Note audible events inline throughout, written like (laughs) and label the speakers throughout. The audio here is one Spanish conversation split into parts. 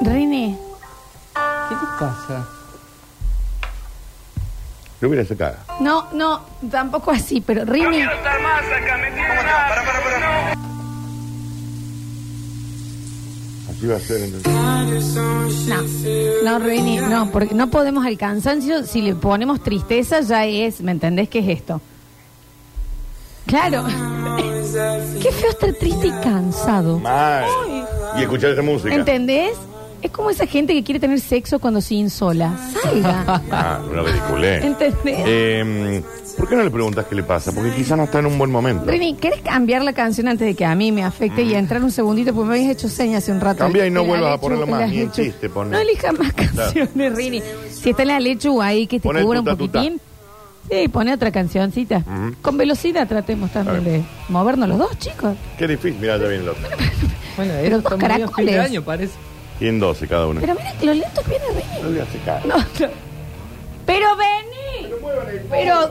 Speaker 1: René,
Speaker 2: ¿Qué te pasa?
Speaker 3: Lo hubiera sacado.
Speaker 1: no, no, tampoco así, pero
Speaker 4: No
Speaker 1: Rini,
Speaker 4: quiero estar más acá, me tiene nada. Para, para, para.
Speaker 3: Así va a ser entonces.
Speaker 1: no, no, Rini, no, porque no podemos al cansancio, si le ponemos tristeza ya es, ¿me entendés qué es esto? Claro, (laughs) qué feo estar triste y cansado,
Speaker 3: Mal. Y escuchar esa música.
Speaker 1: ¿entendés? Es como esa gente que quiere tener sexo cuando se insola, salga,
Speaker 3: (laughs) Ah, una ridiculez.
Speaker 1: ¿entendés?
Speaker 3: Eh, ¿Por qué no le preguntas qué le pasa? Porque quizá no está en un buen momento.
Speaker 1: Rini, ¿querés cambiar la canción antes de que a mí me afecte y entrar un segundito? Porque me habías hecho señas hace un rato.
Speaker 3: Mm. Cambia y no
Speaker 1: De la
Speaker 3: vuelvas a
Speaker 1: Lechu,
Speaker 3: ponerlo más,
Speaker 1: la
Speaker 3: ni en
Speaker 1: Lechu.
Speaker 3: chiste, poné.
Speaker 1: No elijas más canciones, Rini. Si está la lechu ahí que te
Speaker 3: Poné
Speaker 1: cubra un
Speaker 3: tuta, tuta.
Speaker 1: poquitín, sí, pone otra cancioncita.
Speaker 3: Ujú.
Speaker 1: Con velocidad tratemos también
Speaker 3: Está
Speaker 1: de movernos los dos, chicos.
Speaker 3: Qué difícil. Mira, ya viene el otro.
Speaker 2: Bueno,
Speaker 1: Pero
Speaker 2: esto
Speaker 1: vos,
Speaker 2: está muy fin de
Speaker 1: caracoles.
Speaker 2: año, parece.
Speaker 3: Tienen 12 cada uno.
Speaker 1: Pero mira que lo lento que viene Rini.
Speaker 3: No le hace caso.
Speaker 1: No, no. Pero vení. (laughs) Pero...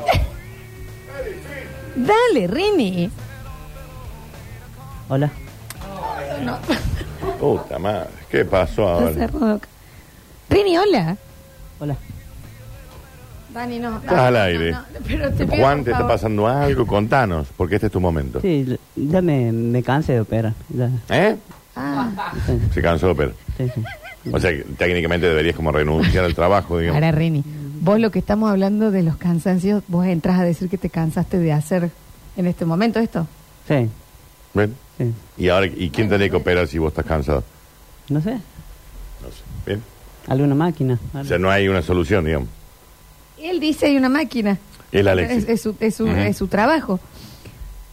Speaker 1: Dale, Rini.
Speaker 5: Hola.
Speaker 1: No,
Speaker 3: Puta madre. ¿Qué pasó
Speaker 1: no
Speaker 3: ahora?
Speaker 1: se roca. Rini, hola.
Speaker 5: Hola.
Speaker 1: Dani, no.
Speaker 3: Estás al aire.
Speaker 1: pero te pido,
Speaker 3: Juan,
Speaker 1: por
Speaker 3: te está
Speaker 1: favor.
Speaker 3: pasando algo. Contanos, porque este es tu momento.
Speaker 5: Sí, l- ya me, me cansé de operar. Ya,
Speaker 3: ¿Eh?
Speaker 1: Ah,
Speaker 5: sí,
Speaker 3: Se cansó, pero.
Speaker 5: sí, sí.
Speaker 3: O sea, que técnicamente deberías como renunciar al trabajo, digamos.
Speaker 1: para Rini, vos lo que estamos hablando de los cansancios, vos entras a decir que te cansaste de hacer en este momento esto.
Speaker 5: Sí,
Speaker 3: ¿Ven?
Speaker 5: sí.
Speaker 3: ¿Y ahora y quién tendría que operar si vos estás cansado?
Speaker 5: No sé.
Speaker 3: No sé. ¿Bien?
Speaker 5: ¿Alguna máquina?
Speaker 3: O
Speaker 5: algo.
Speaker 3: sea, no hay una solución, digamos.
Speaker 1: Él dice hay una máquina.
Speaker 3: El Alexis.
Speaker 1: Es, es su, es su-
Speaker 3: Ujú.
Speaker 1: es su trabajo.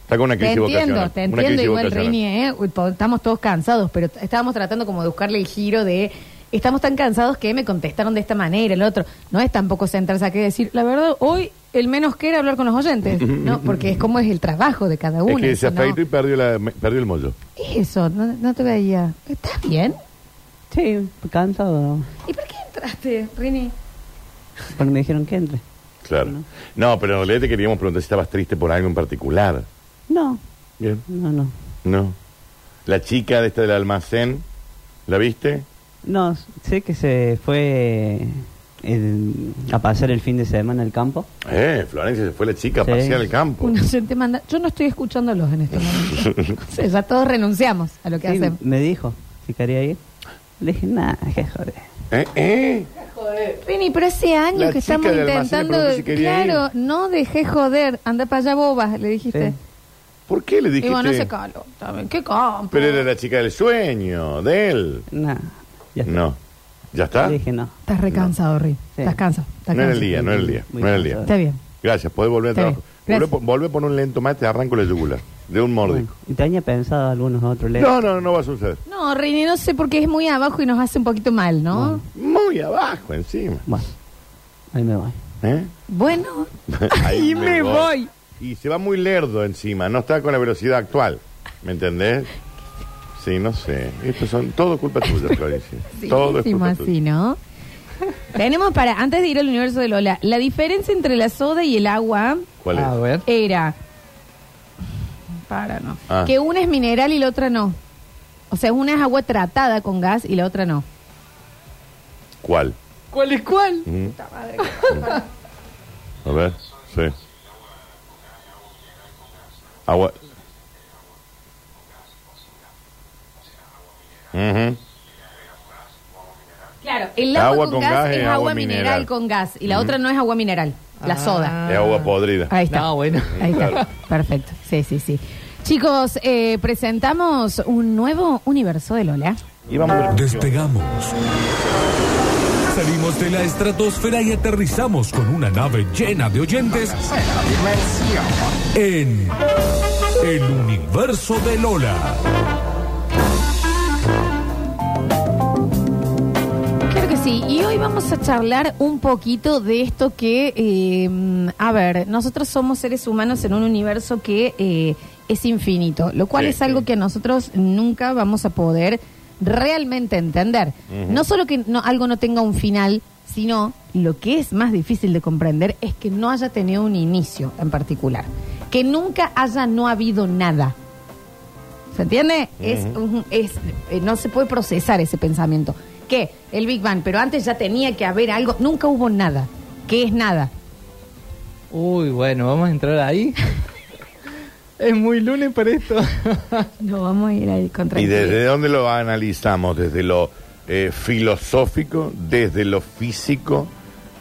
Speaker 3: Está con una
Speaker 1: Te
Speaker 3: crisis
Speaker 1: entiendo,
Speaker 3: vocacional.
Speaker 1: te
Speaker 3: una
Speaker 1: entiendo
Speaker 3: crisis
Speaker 1: igual
Speaker 3: vocacional.
Speaker 1: Rini, ¿eh? Uy, po- estamos todos cansados, pero t- estábamos tratando como de buscarle el giro de estamos tan cansados que me contestaron de esta manera, el otro. No es tampoco sentarse aquí y decir, la verdad, hoy el menos que era hablar con los oyentes,
Speaker 3: (laughs)
Speaker 1: ¿no? Porque es como es el trabajo de cada uno.
Speaker 3: Es que se
Speaker 1: eso, ¿no?
Speaker 3: afeitó y perdió, la, me- perdió el mollo.
Speaker 1: Eso, no, no te veía. ¿Estás bien?
Speaker 5: Sí, cansado.
Speaker 1: ¿Y por qué entraste, Rini?
Speaker 5: Pero me dijeron que entre.
Speaker 3: Claro. No, pero en realidad te queríamos preguntar si estabas triste por algo en particular.
Speaker 5: No,
Speaker 3: Bien.
Speaker 5: no, no.
Speaker 3: No. La chica de esta del almacén, ¿la viste?
Speaker 5: No, s- sé que se fue el- a pasar el fin de semana al campo.
Speaker 3: Eh, Florencia se fue la chica a
Speaker 5: Sí.
Speaker 3: pasear al campo.
Speaker 1: Un oyente manda. Yo no estoy escuchándolos en este
Speaker 3: (laughs)
Speaker 1: momento. O sea, ya todos renunciamos a lo que
Speaker 5: Sí,
Speaker 1: hacemos.
Speaker 5: me dijo si quería ir. Le dije, nada, que joder.
Speaker 3: ¿Eh? ¿Eh?
Speaker 1: Rini, pero hace años
Speaker 3: La
Speaker 1: que
Speaker 3: chica
Speaker 1: estamos
Speaker 3: del almacén le
Speaker 1: intentando.
Speaker 3: preguntó si quería
Speaker 1: claro, no dejé joder. Anda para allá, bobas, le dijiste.
Speaker 5: Sí.
Speaker 3: ¿Por qué le dijiste?
Speaker 1: Y bueno, se caló. también. ¿Qué campo?
Speaker 3: Pero era la chica del sueño, de él.
Speaker 5: Nada. Ya está.
Speaker 3: No. ¿Ya está?
Speaker 5: Le dije, no.
Speaker 1: Estás recansado, Rini.
Speaker 5: Sí.
Speaker 1: Estás cansado. estás
Speaker 3: No era el
Speaker 1: cansado.
Speaker 3: día, no era el día.
Speaker 5: Muy
Speaker 3: No era el día.
Speaker 5: cansado.
Speaker 1: Está bien.
Speaker 3: Gracias, podés volver al
Speaker 1: Está
Speaker 3: trabajo.
Speaker 1: bien,
Speaker 3: Volvé,
Speaker 1: gracias.
Speaker 3: po- volvé por un lento mate, arranco la yugular. De un
Speaker 5: Bueno,
Speaker 3: mórdico.
Speaker 5: Mm. y tenía pensado algunos otros lejos.
Speaker 3: No, no, no va a suceder.
Speaker 1: No, Rini, no sé por qué es muy abajo y nos hace un poquito mal, ¿no?
Speaker 3: Muy abajo, encima.
Speaker 5: Bueno, ahí me voy.
Speaker 3: ¿Eh?
Speaker 1: Bueno.
Speaker 3: Ahí
Speaker 1: (laughs) Y me voy.
Speaker 3: Y se va muy lerdo encima, no está con la velocidad actual. ¿Me entendés? Sí, no sé. Esto son todo
Speaker 1: (laughs)
Speaker 3: culpa tuya, Florencia.
Speaker 1: Sí,
Speaker 3: todo es
Speaker 1: sí,
Speaker 3: culpa
Speaker 1: más
Speaker 3: tuya.
Speaker 1: sí, ¿no? (laughs) Tenemos para, antes de ir al universo de Lola, la diferencia entre la soda y el agua
Speaker 3: ¿Cuál
Speaker 1: Ah,
Speaker 3: es?
Speaker 2: A ver.
Speaker 1: era. Para, no.
Speaker 3: Ah.
Speaker 1: Que una es mineral y la otra no. O sea, una es agua tratada con gas y la otra no.
Speaker 3: ¿Cuál?
Speaker 2: ¿Cuál es cuál?
Speaker 3: Mm. A ver, sí. Agua. Ujú.
Speaker 1: Claro, el
Speaker 3: agua
Speaker 1: agua,
Speaker 3: con gas
Speaker 1: es, agua mineral. con gas y la otra no es agua mineral, la
Speaker 2: Ah.
Speaker 1: soda.
Speaker 3: Es agua podrida.
Speaker 1: Ahí está.
Speaker 2: No, bueno.
Speaker 1: Ahí está.
Speaker 2: (laughs)
Speaker 3: Claro.
Speaker 1: Perfecto. Sí, sí, sí. Chicos, eh, presentamos un nuevo universo de Lola.
Speaker 3: Y vamos a ver.
Speaker 6: Despegamos. Salimos de la estratosfera y aterrizamos con una nave llena de oyentes en el universo de Lola.
Speaker 1: Claro que sí, y hoy vamos a charlar un poquito de esto que, eh, a ver, nosotros somos seres humanos en un universo que eh, es infinito, lo cual
Speaker 3: Sí,
Speaker 1: es algo
Speaker 3: sí.
Speaker 1: que nosotros nunca vamos a poder realmente entender. No solo que no- algo no tenga un final, sino lo que es más difícil de comprender es que no haya tenido un inicio en particular, que nunca haya no habido nada. ¿Se entiende? Es, un- es, eh, no se puede procesar ese pensamiento. que el Big Bang, pero antes ya tenía que haber algo, nunca hubo nada. ¿Qué es nada?
Speaker 2: Uy, bueno, vamos a entrar ahí. es muy lunes para
Speaker 3: (laughs)
Speaker 2: esto.
Speaker 1: No vamos a ir ahí contra
Speaker 3: ¿Y desde dónde lo analizamos? ¿Desde lo eh, filosófico? ¿Desde lo físico?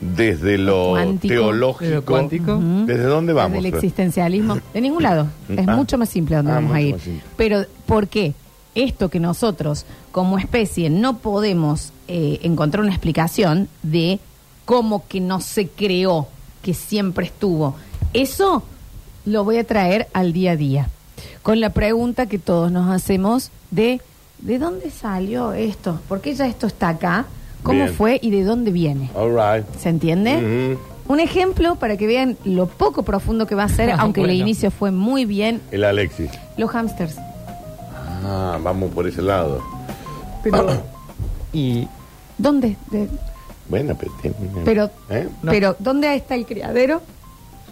Speaker 3: ¿Desde lo
Speaker 1: Cuántico.
Speaker 3: teológico?
Speaker 2: ¿Pero cuántico?
Speaker 3: ¿Desde dónde vamos?
Speaker 1: Del existencialismo. De ningún
Speaker 3: (laughs)
Speaker 1: lado. Es
Speaker 3: Ah.
Speaker 1: mucho más simple donde
Speaker 3: Ah,
Speaker 1: vamos a
Speaker 3: mucho
Speaker 1: ir.
Speaker 3: más simple.
Speaker 1: Pero, ¿por qué? Esto que nosotros, como especie, no podemos eh, encontrar una explicación de cómo que no se creó, que siempre estuvo. Eso lo voy a traer al día a día. Con la pregunta que todos nos hacemos de ¿de dónde salió esto? ¿Por qué ya esto está acá? ¿Cómo
Speaker 3: Bien.
Speaker 1: fue y de dónde viene?
Speaker 3: All right.
Speaker 1: ¿Se entiende? Un ejemplo para que vean lo poco profundo que va a
Speaker 2: (laughs)
Speaker 1: ser, aunque el
Speaker 2: Bueno.
Speaker 1: inicio fue muy bien,
Speaker 3: El Alexis.
Speaker 1: los hamsters.
Speaker 3: Ah, vamos por ese lado.
Speaker 2: Pero,
Speaker 3: Ah.
Speaker 2: y
Speaker 1: ¿Dónde? De-
Speaker 3: Bueno, pero... tiene-
Speaker 1: pero,
Speaker 3: Mm. ¿Eh?
Speaker 2: No.
Speaker 1: pero ¿dónde está el criadero?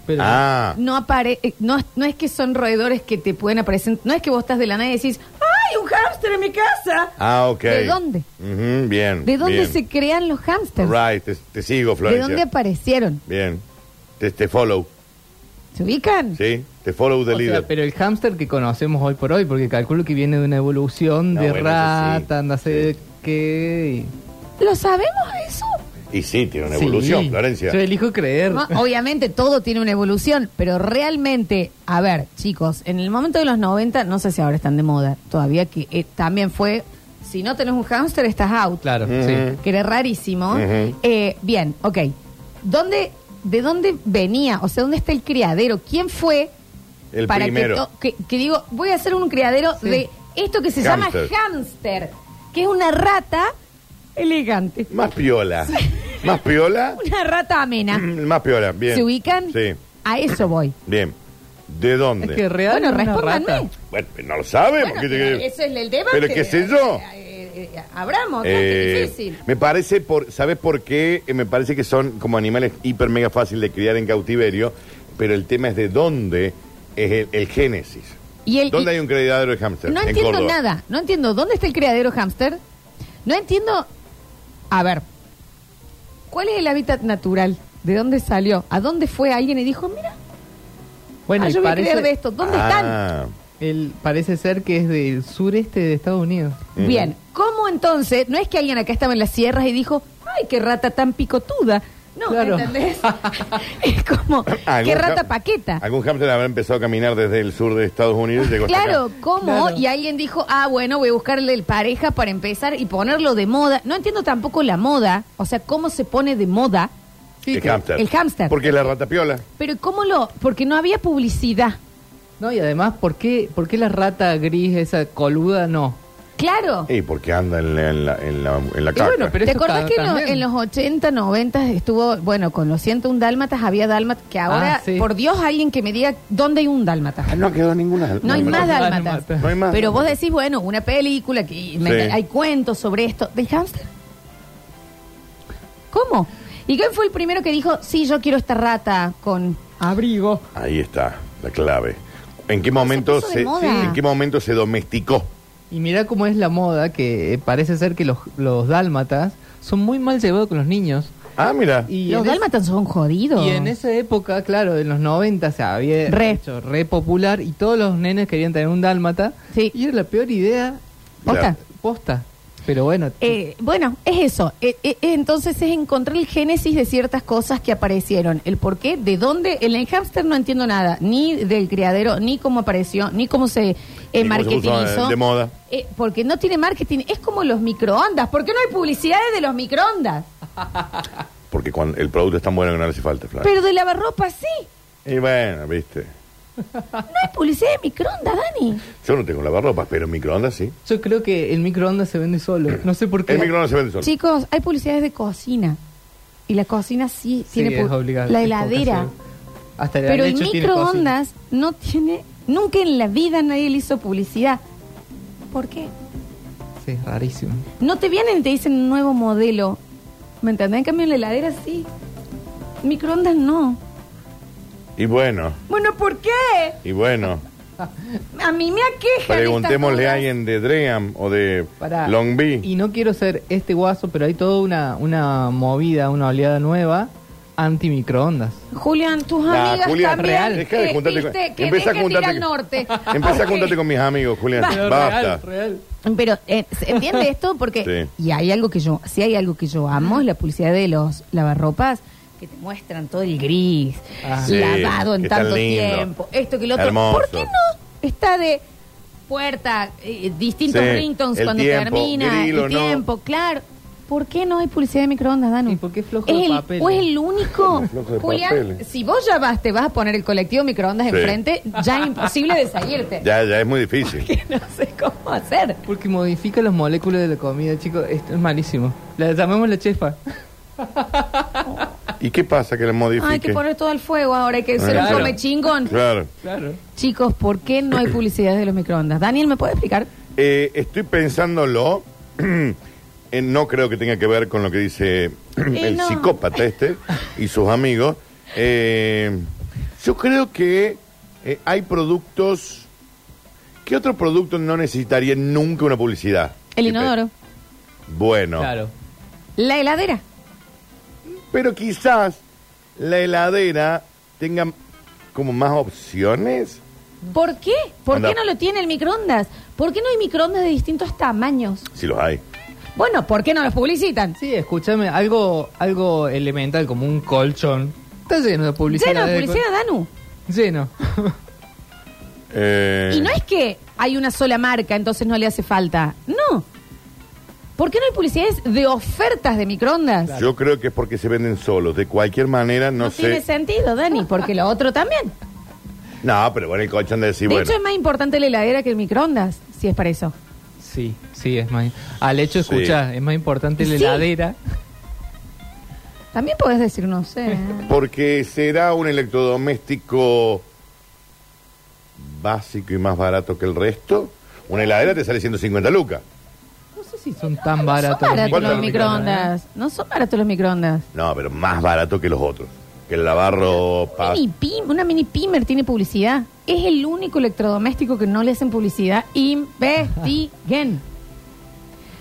Speaker 2: pero
Speaker 3: Ah,
Speaker 1: No apare, eh, no, no es que son roedores que te pueden aparecer, no es que vos estás de la nada y decís, ¡ay, un hámster en mi casa!
Speaker 3: ah, ok.
Speaker 1: ¿De dónde?
Speaker 3: Ujú, bien.
Speaker 1: ¿De dónde
Speaker 3: bien.
Speaker 1: se crean los
Speaker 3: All
Speaker 1: hámsters?
Speaker 3: right, te, te sigo,
Speaker 1: ¿De
Speaker 3: Florencia.
Speaker 1: dónde aparecieron?
Speaker 3: Bien. Te, te follow,
Speaker 1: ¿Se ubican?
Speaker 3: ¿sí? Te follow the
Speaker 2: o sea,
Speaker 3: leader.
Speaker 2: pero el hámster que conocemos hoy por hoy, porque calculo que viene de una evolución
Speaker 3: No,
Speaker 2: de
Speaker 3: bueno, eso sí.
Speaker 2: rata, no sé qué.
Speaker 1: ¿Lo sabemos eso?
Speaker 3: Y sí, tiene una
Speaker 2: Sí.
Speaker 3: evolución, Florencia.
Speaker 2: Yo elijo creer.
Speaker 1: No, obviamente todo tiene una evolución, pero realmente, a ver, chicos, en el momento de los 90, no sé si ahora están de moda, todavía que eh, también fue, si no tenés un hámster estás out,
Speaker 2: (laughs) Claro,
Speaker 3: Ujú.
Speaker 2: sí.
Speaker 1: que era rarísimo.
Speaker 3: Ujú.
Speaker 1: Eh, bien, ok. ¿Dónde, ¿De dónde venía? O sea, ¿dónde está el criadero? ¿Quién fue?
Speaker 3: El
Speaker 1: para
Speaker 3: primero.
Speaker 1: Que, to- que, que digo, voy a hacer un criadero
Speaker 2: Sí.
Speaker 1: de esto que se
Speaker 3: Hámster.
Speaker 1: llama hámster, que es una rata elegante.
Speaker 3: Más piola. Más piola.
Speaker 1: Una rata amena.
Speaker 3: Mm, Más piola, bien.
Speaker 1: ¿Se ubican?
Speaker 3: Sí,
Speaker 1: A eso voy.
Speaker 3: bien. ¿De
Speaker 2: Es
Speaker 3: dónde?
Speaker 2: que real
Speaker 1: Bueno,
Speaker 2: es una
Speaker 1: respóndanme.
Speaker 2: rata.
Speaker 3: Bueno, no lo sabe.
Speaker 1: Bueno,
Speaker 3: porque te-
Speaker 1: pero ese es el debate.
Speaker 3: Pero qué sé yo.
Speaker 1: Eh, eh, eh, abramos,
Speaker 3: Eh,
Speaker 1: es difícil.
Speaker 3: me parece, por, ¿sabes por qué? Eh, Me parece que son como animales hiper mega fácil de criar en cautiverio, pero el tema es de dónde es el, el génesis.
Speaker 1: Y el-
Speaker 3: ¿Dónde
Speaker 1: y-
Speaker 3: hay un criadero de hámster?
Speaker 1: No
Speaker 3: En
Speaker 1: entiendo
Speaker 3: Córdoba.
Speaker 1: nada. No entiendo dónde está el criadero hámster. No entiendo. A ver, ¿cuál es el hábitat natural? ¿De dónde salió? ¿A dónde fue alguien y dijo, mira,
Speaker 2: Bueno,
Speaker 1: ah,
Speaker 2: y
Speaker 1: yo voy a
Speaker 2: parece,
Speaker 1: creer de esto? ¿Dónde están?
Speaker 3: Ah,
Speaker 2: él parece ser que es del sureste de Estados Unidos.
Speaker 3: Ujú.
Speaker 1: Bien, ¿cómo entonces? No es que alguien acá estaba en las sierras y dijo, ay, qué rata tan picotuda. No,
Speaker 2: Claro.
Speaker 1: ¿entendés? (laughs) es
Speaker 3: (laughs)
Speaker 1: como,
Speaker 3: (clears throat) algún
Speaker 1: qué rata
Speaker 3: ham-
Speaker 1: paqueta.
Speaker 3: Algún hámster habrá empezado a caminar desde el sur de Estados Unidos y llegó hasta
Speaker 1: Claro,
Speaker 3: acá.
Speaker 1: ¿cómo?
Speaker 2: Claro.
Speaker 1: Y alguien dijo, ah, bueno, voy a buscarle el pareja para empezar y ponerlo de moda. No entiendo tampoco la moda, o sea, cómo se pone de moda,
Speaker 2: Sí,
Speaker 3: el
Speaker 2: que-
Speaker 3: hámster.
Speaker 1: el hámster.
Speaker 3: Porque es la rata piola.
Speaker 1: pero ¿cómo lo...? Porque no había publicidad.
Speaker 2: No, y además, ¿por qué, ¿por qué la rata gris, esa coluda, no?
Speaker 1: Claro.
Speaker 3: Y porque anda en la, en la, en la, en la
Speaker 2: Y
Speaker 3: caca.
Speaker 2: bueno, pero-
Speaker 1: ¿Te
Speaker 2: eso
Speaker 1: acordás
Speaker 2: ta-
Speaker 1: que en, lo-
Speaker 2: también.
Speaker 1: en los 80, 90 estuvo, bueno, con los 101 dálmatas había dálmatas, que ahora,
Speaker 2: Ah, sí.
Speaker 1: por Dios, alguien que me diga dónde hay un dálmata?
Speaker 3: Ah, no quedó ninguna.
Speaker 1: No hay
Speaker 3: no,
Speaker 1: más
Speaker 3: no.
Speaker 1: dálmatas.
Speaker 2: dálmatas.
Speaker 3: No hay más.
Speaker 1: Pero vos decís, bueno, una película, que y me-
Speaker 3: Sí.
Speaker 1: hay cuentos sobre esto. ¿Del hámster? ¿Cómo? ¿Y quién fue el primero que dijo, sí, yo quiero esta rata con...
Speaker 2: Abrigo.
Speaker 3: Ahí está la clave. ¿En qué momento
Speaker 1: puso de
Speaker 3: se,
Speaker 1: moda.
Speaker 3: en qué momento se domesticó?
Speaker 2: Y mira cómo es la moda, que parece ser que los, los dálmatas son muy mal llevados con los niños.
Speaker 3: Ah, mira.
Speaker 2: Y
Speaker 1: Los
Speaker 2: en es-
Speaker 1: dálmatas son jodidos.
Speaker 2: Y en esa época, claro, en los 90 se había
Speaker 1: Re.
Speaker 2: hecho re popular y todos los nenes querían tener un dálmata.
Speaker 1: Sí.
Speaker 2: Y era la peor idea
Speaker 1: Posta.
Speaker 2: posta. Pero bueno,
Speaker 1: Eh, bueno, es eso. Eh, eh, eh, entonces es encontrar el génesis de ciertas cosas que aparecieron. El por qué, de dónde. En el hámster no entiendo nada, ni del criadero, ni cómo apareció, ni cómo se eh,
Speaker 3: Ni cómo se puso,
Speaker 1: marketingizó.
Speaker 3: eh, de moda.
Speaker 1: Eh, porque no tiene marketing. Es como los microondas. ¿Por qué no hay publicidades de los microondas?
Speaker 3: Porque cuando el producto es tan bueno que no le hace falta, Flavio.
Speaker 1: Pero de lavarropa sí.
Speaker 3: Y bueno, viste.
Speaker 1: No hay publicidad de microondas, Dani.
Speaker 3: Yo no tengo lavarropas, pero microondas sí.
Speaker 2: yo creo que el microondas se vende solo. No sé por qué.
Speaker 3: El microondas se vende solo.
Speaker 1: Chicos, hay publicidades de cocina. Y la cocina sí,
Speaker 2: Sí,
Speaker 1: tiene
Speaker 2: es
Speaker 1: pu-
Speaker 2: obligado.
Speaker 1: la
Speaker 2: Es
Speaker 1: heladera.
Speaker 2: poca, sí. Hasta la
Speaker 1: Pero el
Speaker 2: leche tiene cocina.
Speaker 1: microondas no tiene, nunca en la vida nadie le hizo publicidad. ¿Por qué?
Speaker 2: Sí, es rarísimo.
Speaker 1: No te vienen y te dicen un nuevo modelo. ¿Me entendés? En cambio en la heladera sí. Microondas no.
Speaker 3: Y bueno,
Speaker 1: Bueno, ¿por qué?
Speaker 3: y bueno.
Speaker 1: A mí me aqueja.
Speaker 3: Preguntémosle a alguien de Dream o de
Speaker 2: Pará.
Speaker 3: Long Beach.
Speaker 2: Y no quiero ser este guaso, pero hay toda una, una movida, una oleada nueva anti-microondas.
Speaker 1: Julián, tus
Speaker 3: Nah,
Speaker 1: amigas
Speaker 3: Julián,
Speaker 1: también.
Speaker 2: real.
Speaker 3: Deja de
Speaker 1: eh,
Speaker 3: juntarte
Speaker 1: viste,
Speaker 3: con-
Speaker 1: que
Speaker 3: empezá a
Speaker 1: dejen de ir
Speaker 3: juntarte
Speaker 1: al
Speaker 3: con-
Speaker 1: norte.
Speaker 3: Empezá a
Speaker 1: Ok.
Speaker 3: juntarte con mis amigos, Julián.
Speaker 1: Pero
Speaker 3: Basta.
Speaker 2: Real,
Speaker 1: Pero eh, se
Speaker 3: (laughs)
Speaker 1: entiende esto porque
Speaker 3: Sí. Mm.
Speaker 1: y hay algo que yo, si hay algo que yo amo es la publicidad de los lavarropas que te muestran todo el gris,
Speaker 2: Ah.
Speaker 3: Sí,
Speaker 1: lavado en
Speaker 3: que tan
Speaker 1: tanto
Speaker 3: lindo.
Speaker 1: tiempo, esto que lo otro.
Speaker 3: Hermoso.
Speaker 1: ¿Por qué no está de puerta, eh, distintos
Speaker 3: Sí,
Speaker 1: ringtons
Speaker 3: el
Speaker 1: cuando
Speaker 3: tiempo,
Speaker 1: termina,
Speaker 3: grill o
Speaker 1: el
Speaker 3: no.
Speaker 1: tiempo, claro? ¿Por qué no hay publicidad de microondas, Danu?
Speaker 2: Y porque es flojo
Speaker 1: ¿Es
Speaker 2: de
Speaker 1: el-
Speaker 2: papel.
Speaker 1: ¿O es el único?
Speaker 3: (laughs) Flojo de
Speaker 1: Julián,
Speaker 3: papel.
Speaker 1: si vos ya vas, te vas a poner el colectivo microondas
Speaker 3: Sí.
Speaker 1: enfrente, ya es imposible de salirte.
Speaker 3: Ya, ya es muy difícil.
Speaker 1: (laughs) Que no sé cómo hacer.
Speaker 2: Porque modifica las moléculas de la comida, chicos. Esto es malísimo. La llamemos la chefa.
Speaker 3: ¿Y qué pasa que le
Speaker 1: Ah, hay que
Speaker 3: modifique?
Speaker 1: poner todo al fuego ahora, hay que se
Speaker 3: Claro.
Speaker 1: lo come chingón.
Speaker 3: Claro.
Speaker 2: Claro.
Speaker 1: Chicos, ¿por qué no hay publicidad de los microondas? Daniel, ¿me puede explicar?
Speaker 3: Eh, estoy pensándolo. (clears throat) Eh, no creo que tenga que ver con lo que dice (clears throat) el
Speaker 1: no.
Speaker 3: psicópata este y sus amigos. Eh, yo creo que eh, hay productos. ¿Qué otro producto no necesitaría nunca una publicidad?
Speaker 1: El inodoro.
Speaker 3: Bueno.
Speaker 2: Claro.
Speaker 1: La heladera.
Speaker 3: Pero quizás la heladera tenga como más opciones.
Speaker 1: ¿Por qué? ¿Por
Speaker 3: Anda.
Speaker 1: qué no lo tiene el microondas? ¿Por qué no hay microondas de distintos tamaños?
Speaker 3: Si los hay.
Speaker 1: Bueno, ¿por qué no los publicitan?
Speaker 2: Sí, escúchame, algo, algo elemental como un colchón. Está lleno de publicidad.
Speaker 1: Lleno de
Speaker 2: de-
Speaker 1: publicidad, Danu.
Speaker 2: Lleno.
Speaker 3: Eh,
Speaker 1: Y no es que hay una sola marca, entonces no le hace falta. No. ¿Por qué no hay publicidades de ofertas de microondas?
Speaker 3: Yo creo que es porque se venden solos. De cualquier manera, no,
Speaker 1: No
Speaker 3: sé.
Speaker 1: tiene sentido, Dani, porque lo otro
Speaker 3: (laughs)
Speaker 1: también.
Speaker 3: No, pero bueno, el colchón de decir,
Speaker 1: de
Speaker 3: bueno.
Speaker 1: hecho, es más importante la heladera que el microondas, si es para eso.
Speaker 2: (laughs) Sí, sí, es más. Al hecho,
Speaker 3: Sí.
Speaker 2: escuchá, es más importante la
Speaker 1: Sí.
Speaker 2: heladera.
Speaker 1: También podés decir, no
Speaker 2: (laughs)
Speaker 1: sé.
Speaker 3: Porque será un electrodoméstico básico y más barato que el resto. Una heladera te sale 150 lucas.
Speaker 2: No sé si son tan
Speaker 1: No Ah, son
Speaker 2: baratos. ¿eh?
Speaker 1: baratos los
Speaker 3: microondas.
Speaker 1: microondas. No son baratos los microondas.
Speaker 3: No, pero más barato que los otros. Que el
Speaker 2: Ah.
Speaker 3: lavarropa.
Speaker 1: Mini pim- una mini pimer tiene publicidad. Es el único electrodoméstico que no le hacen publicidad. Investiguen.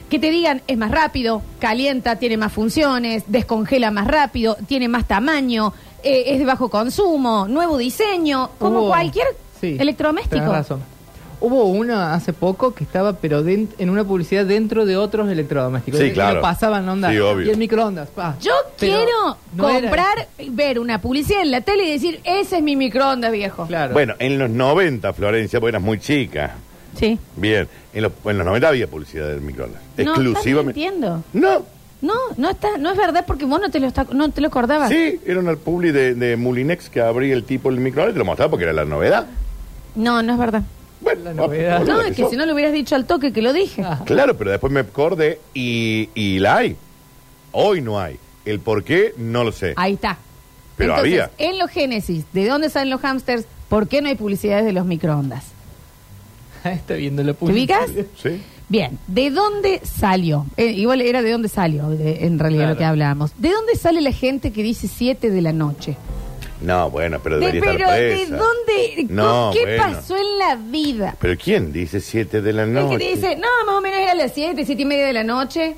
Speaker 1: Que te digan, es más rápido, calienta, tiene más funciones, descongela más rápido, tiene más tamaño, eh, es de bajo consumo, nuevo diseño, como
Speaker 2: Hubo-
Speaker 1: cualquier
Speaker 2: Sí,
Speaker 1: electrodoméstico.
Speaker 2: tenés razón. Hubo una hace poco que estaba, pero den- en una publicidad dentro de otros electrodomésticos.
Speaker 3: Sí,
Speaker 2: Y- y
Speaker 3: claro.
Speaker 2: Lo pasaban onda.
Speaker 3: Sí, obvio.
Speaker 2: Y el microondas, pa.
Speaker 1: Yo
Speaker 2: Pero
Speaker 1: quiero
Speaker 2: no era-
Speaker 1: comprar, ver una publicidad en la tele y decir, ese es mi microondas, viejo.
Speaker 2: Claro.
Speaker 3: Bueno, en los 90, Florencia, vos eras muy chica.
Speaker 1: Sí.
Speaker 3: Bien. En los, en los 90 había publicidad del microondas.
Speaker 1: No, estás
Speaker 3: Exclusivamente.
Speaker 1: mintiendo.
Speaker 3: No,
Speaker 1: No, no está, no es verdad porque vos no te lo está- no te lo acordabas.
Speaker 3: sí, era una publi de, de Mulinex que abría el tipo el microondas y te lo mostraba porque era la novedad.
Speaker 1: No, no es verdad.
Speaker 3: Bueno,
Speaker 2: La
Speaker 3: no,
Speaker 2: novedad.
Speaker 3: boluda
Speaker 1: No, es que
Speaker 3: sos.
Speaker 1: si no lo hubieras dicho al toque que lo dije.
Speaker 2: Ah.
Speaker 3: Claro, pero después me acordé y, y la hay. Hoy no hay. El por qué, no lo sé.
Speaker 1: Ahí está.
Speaker 3: Pero
Speaker 1: Entonces,
Speaker 3: había.
Speaker 1: En los Génesis, ¿de dónde salen los hámsters? ¿Por qué no hay publicidades de los microondas?
Speaker 2: (laughs) Está viendo la
Speaker 1: ¿Te
Speaker 2: publicidad.
Speaker 1: ubicas?
Speaker 3: ¿Sí?
Speaker 1: Bien, ¿de dónde salió? Eh, igual era de dónde salió, de- en realidad
Speaker 2: Claro.
Speaker 1: lo que hablábamos. ¿De dónde sale la gente que dice 7 de la noche?
Speaker 3: No, bueno, pero
Speaker 1: De-
Speaker 3: debería
Speaker 1: pero
Speaker 3: estar
Speaker 1: ¿de
Speaker 3: presa.
Speaker 1: dónde?
Speaker 3: No,
Speaker 1: ¿Qué
Speaker 3: bueno.
Speaker 1: pasó en la vida?
Speaker 3: ¿Pero quién dice 7 de la
Speaker 1: El
Speaker 3: noche?
Speaker 1: que te dice, no, más o menos era a las 7, 7 y media de la noche.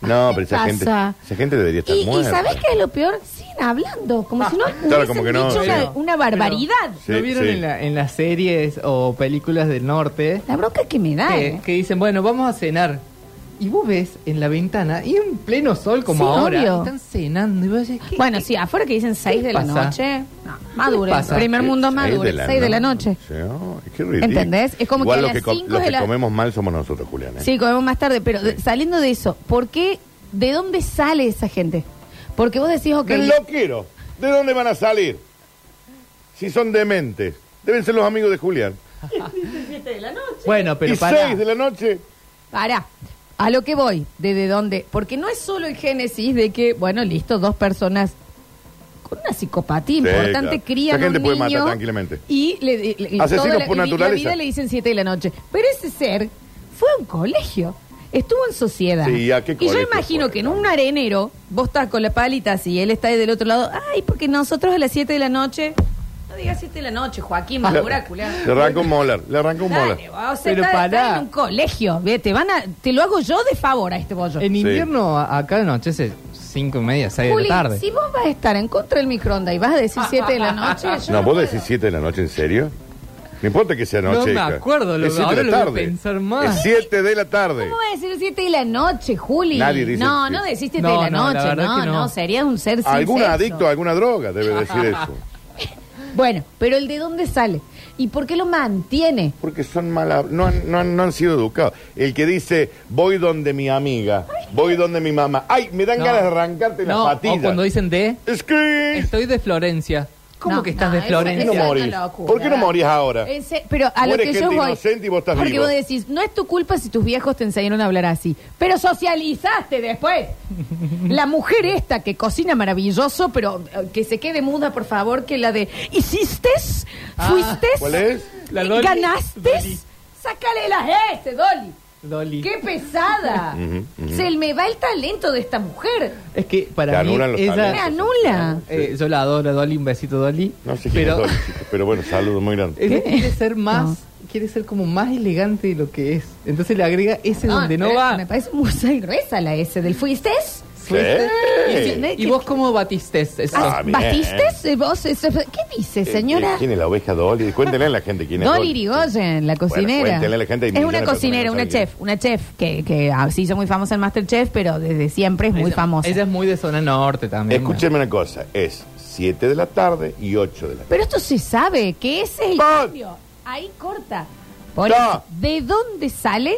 Speaker 3: no,
Speaker 1: ¿qué
Speaker 3: pero esa gente,
Speaker 1: pasa?
Speaker 3: esa gente debería estar
Speaker 1: Y, y
Speaker 3: muerta. Ah,
Speaker 1: ¿sabés qué es lo peor? Siguen hablando, como si no hubiesen
Speaker 3: como que no,
Speaker 1: dicho
Speaker 3: sí.
Speaker 1: una, una barbaridad.
Speaker 3: Sí,
Speaker 2: ¿No vieron
Speaker 3: sí.
Speaker 2: En, la- en las series o películas del norte
Speaker 1: La bronca que me da.
Speaker 2: que,
Speaker 1: ¿eh?
Speaker 2: que dicen, bueno, vamos a cenar? Y vos ves en la ventana y en pleno sol como
Speaker 1: Sí,
Speaker 2: ahora.
Speaker 1: obvio.
Speaker 2: Están cenando. Y vos decís, ¿qué-
Speaker 1: Bueno, sí, afuera que dicen 6 de la
Speaker 2: pasa?
Speaker 1: noche. No, madure.
Speaker 2: pasa?
Speaker 1: Primer mundo
Speaker 3: Seis de
Speaker 1: madure. 6
Speaker 3: la
Speaker 1: de la noche.
Speaker 3: Ay, qué ridículo.
Speaker 1: ¿Entendés? Es como
Speaker 3: Igual
Speaker 1: que a
Speaker 3: los
Speaker 1: las
Speaker 3: que, com-
Speaker 1: cinco
Speaker 3: los
Speaker 1: de
Speaker 3: que
Speaker 1: la-
Speaker 3: comemos mal somos nosotros, Julián. ¿eh?
Speaker 1: Sí, comemos más tarde, pero de- saliendo de eso, ¿por qué? ¿De dónde sale esa gente? Porque vos decís, ok.
Speaker 3: Del loquero. ¿De dónde van a salir? Si son dementes. Deben ser los amigos de Julián.
Speaker 2: Bueno, pero
Speaker 3: y
Speaker 2: para.
Speaker 3: 6 de la noche.
Speaker 1: Pará, a lo que voy, desde dónde, porque no es solo el génesis de que, bueno, listo, dos personas con una psicopatía
Speaker 3: Sí,
Speaker 1: importante
Speaker 3: claro.
Speaker 1: crían
Speaker 3: Esa gente
Speaker 1: un
Speaker 3: puede
Speaker 1: niño
Speaker 3: matar tranquilamente.
Speaker 1: y le, le- le-
Speaker 3: Asesinos
Speaker 1: toda la,
Speaker 3: por
Speaker 1: y la
Speaker 3: naturaleza.
Speaker 1: vida le dicen siete de la noche. Pero ese ser fue a un colegio, estuvo en sociedad.
Speaker 3: Sí, ¿a qué
Speaker 1: y yo
Speaker 3: colegio
Speaker 1: imagino
Speaker 3: fue,
Speaker 1: que en
Speaker 3: no?
Speaker 1: un arenero vos estás con la palita así, él está ahí del otro lado, ay, porque nosotros a las siete de la noche... No digas siete de la noche,
Speaker 3: (laughs)
Speaker 1: Joaquín,
Speaker 3: Le,
Speaker 1: madura, culá.
Speaker 3: le arrancó un molar, le arrancó un molar.
Speaker 1: Dale, o sea,
Speaker 2: Pero
Speaker 1: está, está
Speaker 2: pará.
Speaker 1: en un colegio, ve, te van a, te lo hago yo de favor a este bollo.
Speaker 2: En
Speaker 3: Sí.
Speaker 2: invierno, a- acá anochece cinco y media, seis de
Speaker 1: Juli,
Speaker 2: la tarde.
Speaker 1: si vos vas a estar en contra del microondas y vas a decir 7 de la noche, yo
Speaker 3: No,
Speaker 1: no
Speaker 3: ¿vos
Speaker 1: puedo.
Speaker 3: decís 7 de la noche en serio? No importa que sea noche.
Speaker 2: No me
Speaker 3: hija.
Speaker 2: acuerdo, lo-
Speaker 3: Es siete
Speaker 2: ahora
Speaker 3: de la
Speaker 2: lo voy a
Speaker 3: tarde.
Speaker 2: pensar más.
Speaker 3: Es 7 de la tarde.
Speaker 1: ¿Cómo vas a decir 7 de la noche, Juli?
Speaker 3: Nadie dice
Speaker 1: no,
Speaker 3: siete.
Speaker 1: no decís 7
Speaker 2: No,
Speaker 1: de la
Speaker 2: no, la
Speaker 1: noche,
Speaker 2: verdad
Speaker 1: no,
Speaker 2: que
Speaker 1: no,
Speaker 2: no.
Speaker 1: serías un ser sin
Speaker 3: Algún
Speaker 1: sexo.
Speaker 3: adicto a alguna droga debe
Speaker 1: (laughs)
Speaker 3: decir eso.
Speaker 1: Bueno, pero el de dónde sale y por qué lo mantiene.
Speaker 3: Porque son malas, no han, no, han, no han sido educados. El que dice, voy donde mi amiga, voy donde mi mamá. Ay, me dan
Speaker 2: No.
Speaker 3: ganas de arrancarte las
Speaker 2: No,
Speaker 3: patillas.
Speaker 2: o cuando dicen de,
Speaker 3: Es que-
Speaker 2: estoy de Florencia. ¿Cómo
Speaker 1: No,
Speaker 2: que estás
Speaker 1: no,
Speaker 2: de
Speaker 1: eso-
Speaker 2: Florencia?
Speaker 3: ¿Por qué no
Speaker 1: eso
Speaker 3: morís?
Speaker 1: es una locura.
Speaker 3: ¿Por qué no morís ahora?
Speaker 1: Ese- pero a lo
Speaker 3: Muere
Speaker 1: que
Speaker 3: gente
Speaker 1: yo voy.
Speaker 3: inocente y vos estás
Speaker 1: porque
Speaker 3: vivo.
Speaker 1: vos decís, no es tu culpa si tus viejos te enseñaron a hablar así, pero socializaste
Speaker 2: (laughs)
Speaker 1: después. La mujer esta que cocina maravilloso, pero eh, que se quede muda, por favor, que la de hiciste,
Speaker 2: Ah.
Speaker 1: fuiste, Eh,
Speaker 3: ¿Cuál es?
Speaker 2: La Dolly.
Speaker 1: ganaste,
Speaker 2: Dolly.
Speaker 1: sácale las S, Dolly.
Speaker 2: Dolly.
Speaker 1: ¡Qué
Speaker 3: (laughs)
Speaker 1: pesada! Se me va el talento de esta mujer.
Speaker 2: Es que para
Speaker 3: Te
Speaker 2: mí
Speaker 3: anulan los
Speaker 1: Me
Speaker 3: talentos.
Speaker 2: ella,
Speaker 1: anula.
Speaker 2: eh, yo la adoro, Dolly, un besito Dolly.
Speaker 3: No sé quién es
Speaker 2: pero
Speaker 3: Dolly, chicos, pero bueno, saludo muy grande.
Speaker 2: (laughs) ella quiere ser más, quiere ser como más elegante de lo que es. Entonces le agrega ese donde no
Speaker 1: Ah, pero
Speaker 2: va.
Speaker 1: eh, Me parece muy (laughs) gruesa la S del fuiste.
Speaker 3: Sí.
Speaker 1: ¿Entendés?
Speaker 2: Pues, ¿Y vos cómo batiste eso?
Speaker 3: Ah, bien.
Speaker 1: ¿Batistes? Eh, vos, eh, ¿Qué dice,
Speaker 3: Eh,
Speaker 1: señora?
Speaker 3: ¿Quién es la oveja Dolly? Cuéntenle a la gente quién es
Speaker 1: Dolly
Speaker 3: Dolly.
Speaker 1: Irigoyen, la cocinera.
Speaker 3: cuéntele a la gente, hay
Speaker 1: es
Speaker 3: millones
Speaker 1: una
Speaker 3: de personas que
Speaker 1: cocinera,
Speaker 3: no
Speaker 1: una
Speaker 3: saben quién
Speaker 1: chef, una chef que, que ah, se hizo muy famosa en Masterchef, pero desde siempre es muy
Speaker 2: Ella-
Speaker 1: famosa.
Speaker 2: Ella es muy de zona norte también.
Speaker 3: Escúcheme una cosa, es 7 de la tarde y 8 de la tarde.
Speaker 1: Pero esto se sabe, que ese es el
Speaker 3: Pon.
Speaker 1: cambio. Ahí corta. Por
Speaker 3: No.
Speaker 1: eso, ¿de dónde sale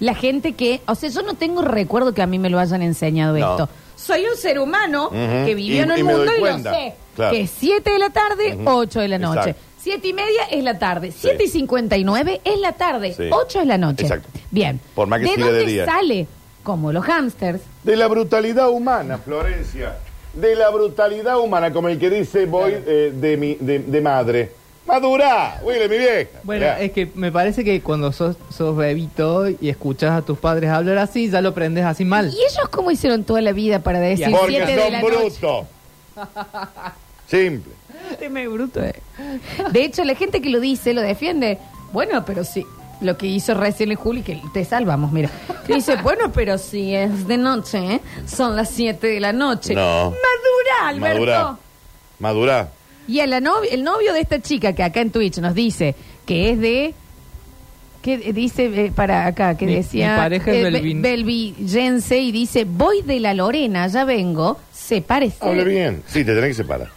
Speaker 1: la gente que... O sea, yo no tengo recuerdo que a mí me lo hayan enseñado
Speaker 3: No.
Speaker 1: esto. Soy un ser humano
Speaker 3: Ujú.
Speaker 1: que vivió
Speaker 3: Y-
Speaker 1: en el
Speaker 3: y me
Speaker 1: mundo
Speaker 3: doy
Speaker 1: y lo
Speaker 3: cuenta.
Speaker 1: sé.
Speaker 3: Claro.
Speaker 1: Que es 7 de la tarde,
Speaker 3: Ujú.
Speaker 1: 8 de la noche.
Speaker 3: Exacto.
Speaker 1: 7 y media es la tarde. 7 y 59 es la tarde.
Speaker 3: Sí.
Speaker 1: 8 es la noche.
Speaker 3: Exacto.
Speaker 1: Bien.
Speaker 3: Por más que
Speaker 1: ¿De
Speaker 3: siga de
Speaker 1: dónde
Speaker 3: día.
Speaker 1: sale? Como los hámsters.
Speaker 3: De la brutalidad humana, Florencia. De la brutalidad humana, como el que dice voy eh, de, mi, de, de madre. Madura, huele mi vieja.
Speaker 2: Bueno,
Speaker 3: Mirá.
Speaker 2: es que me parece que cuando sos, sos bebito y escuchas a tus padres hablar así, ya lo aprendes así mal.
Speaker 1: ¿Y ellos cómo hicieron toda la vida para decir
Speaker 3: Porque
Speaker 1: 7 de la
Speaker 3: son
Speaker 1: noche?
Speaker 3: brutos. (laughs) Simple.
Speaker 1: eh. De hecho, la gente que lo dice, lo defiende. Bueno, pero sí. Lo que hizo recién el Juli, que te salvamos, mira.
Speaker 2: (laughs)
Speaker 1: Dice, bueno, pero si es de noche, ¿eh? son las 7 de la noche.
Speaker 3: No.
Speaker 1: Madura, Alberto.
Speaker 3: Madura. Madura.
Speaker 1: Y a la novia- el novio de esta chica que acá en Twitch nos dice que es de. ¿Qué dice eh, para acá? Que
Speaker 2: Mi-
Speaker 1: decía.
Speaker 2: mi pareja es
Speaker 1: eh, be-
Speaker 2: belvin-
Speaker 1: belvillense y dice: Voy de la Lorena, ya vengo, se parece.
Speaker 3: Hable bien. Sí, te tenés que separar.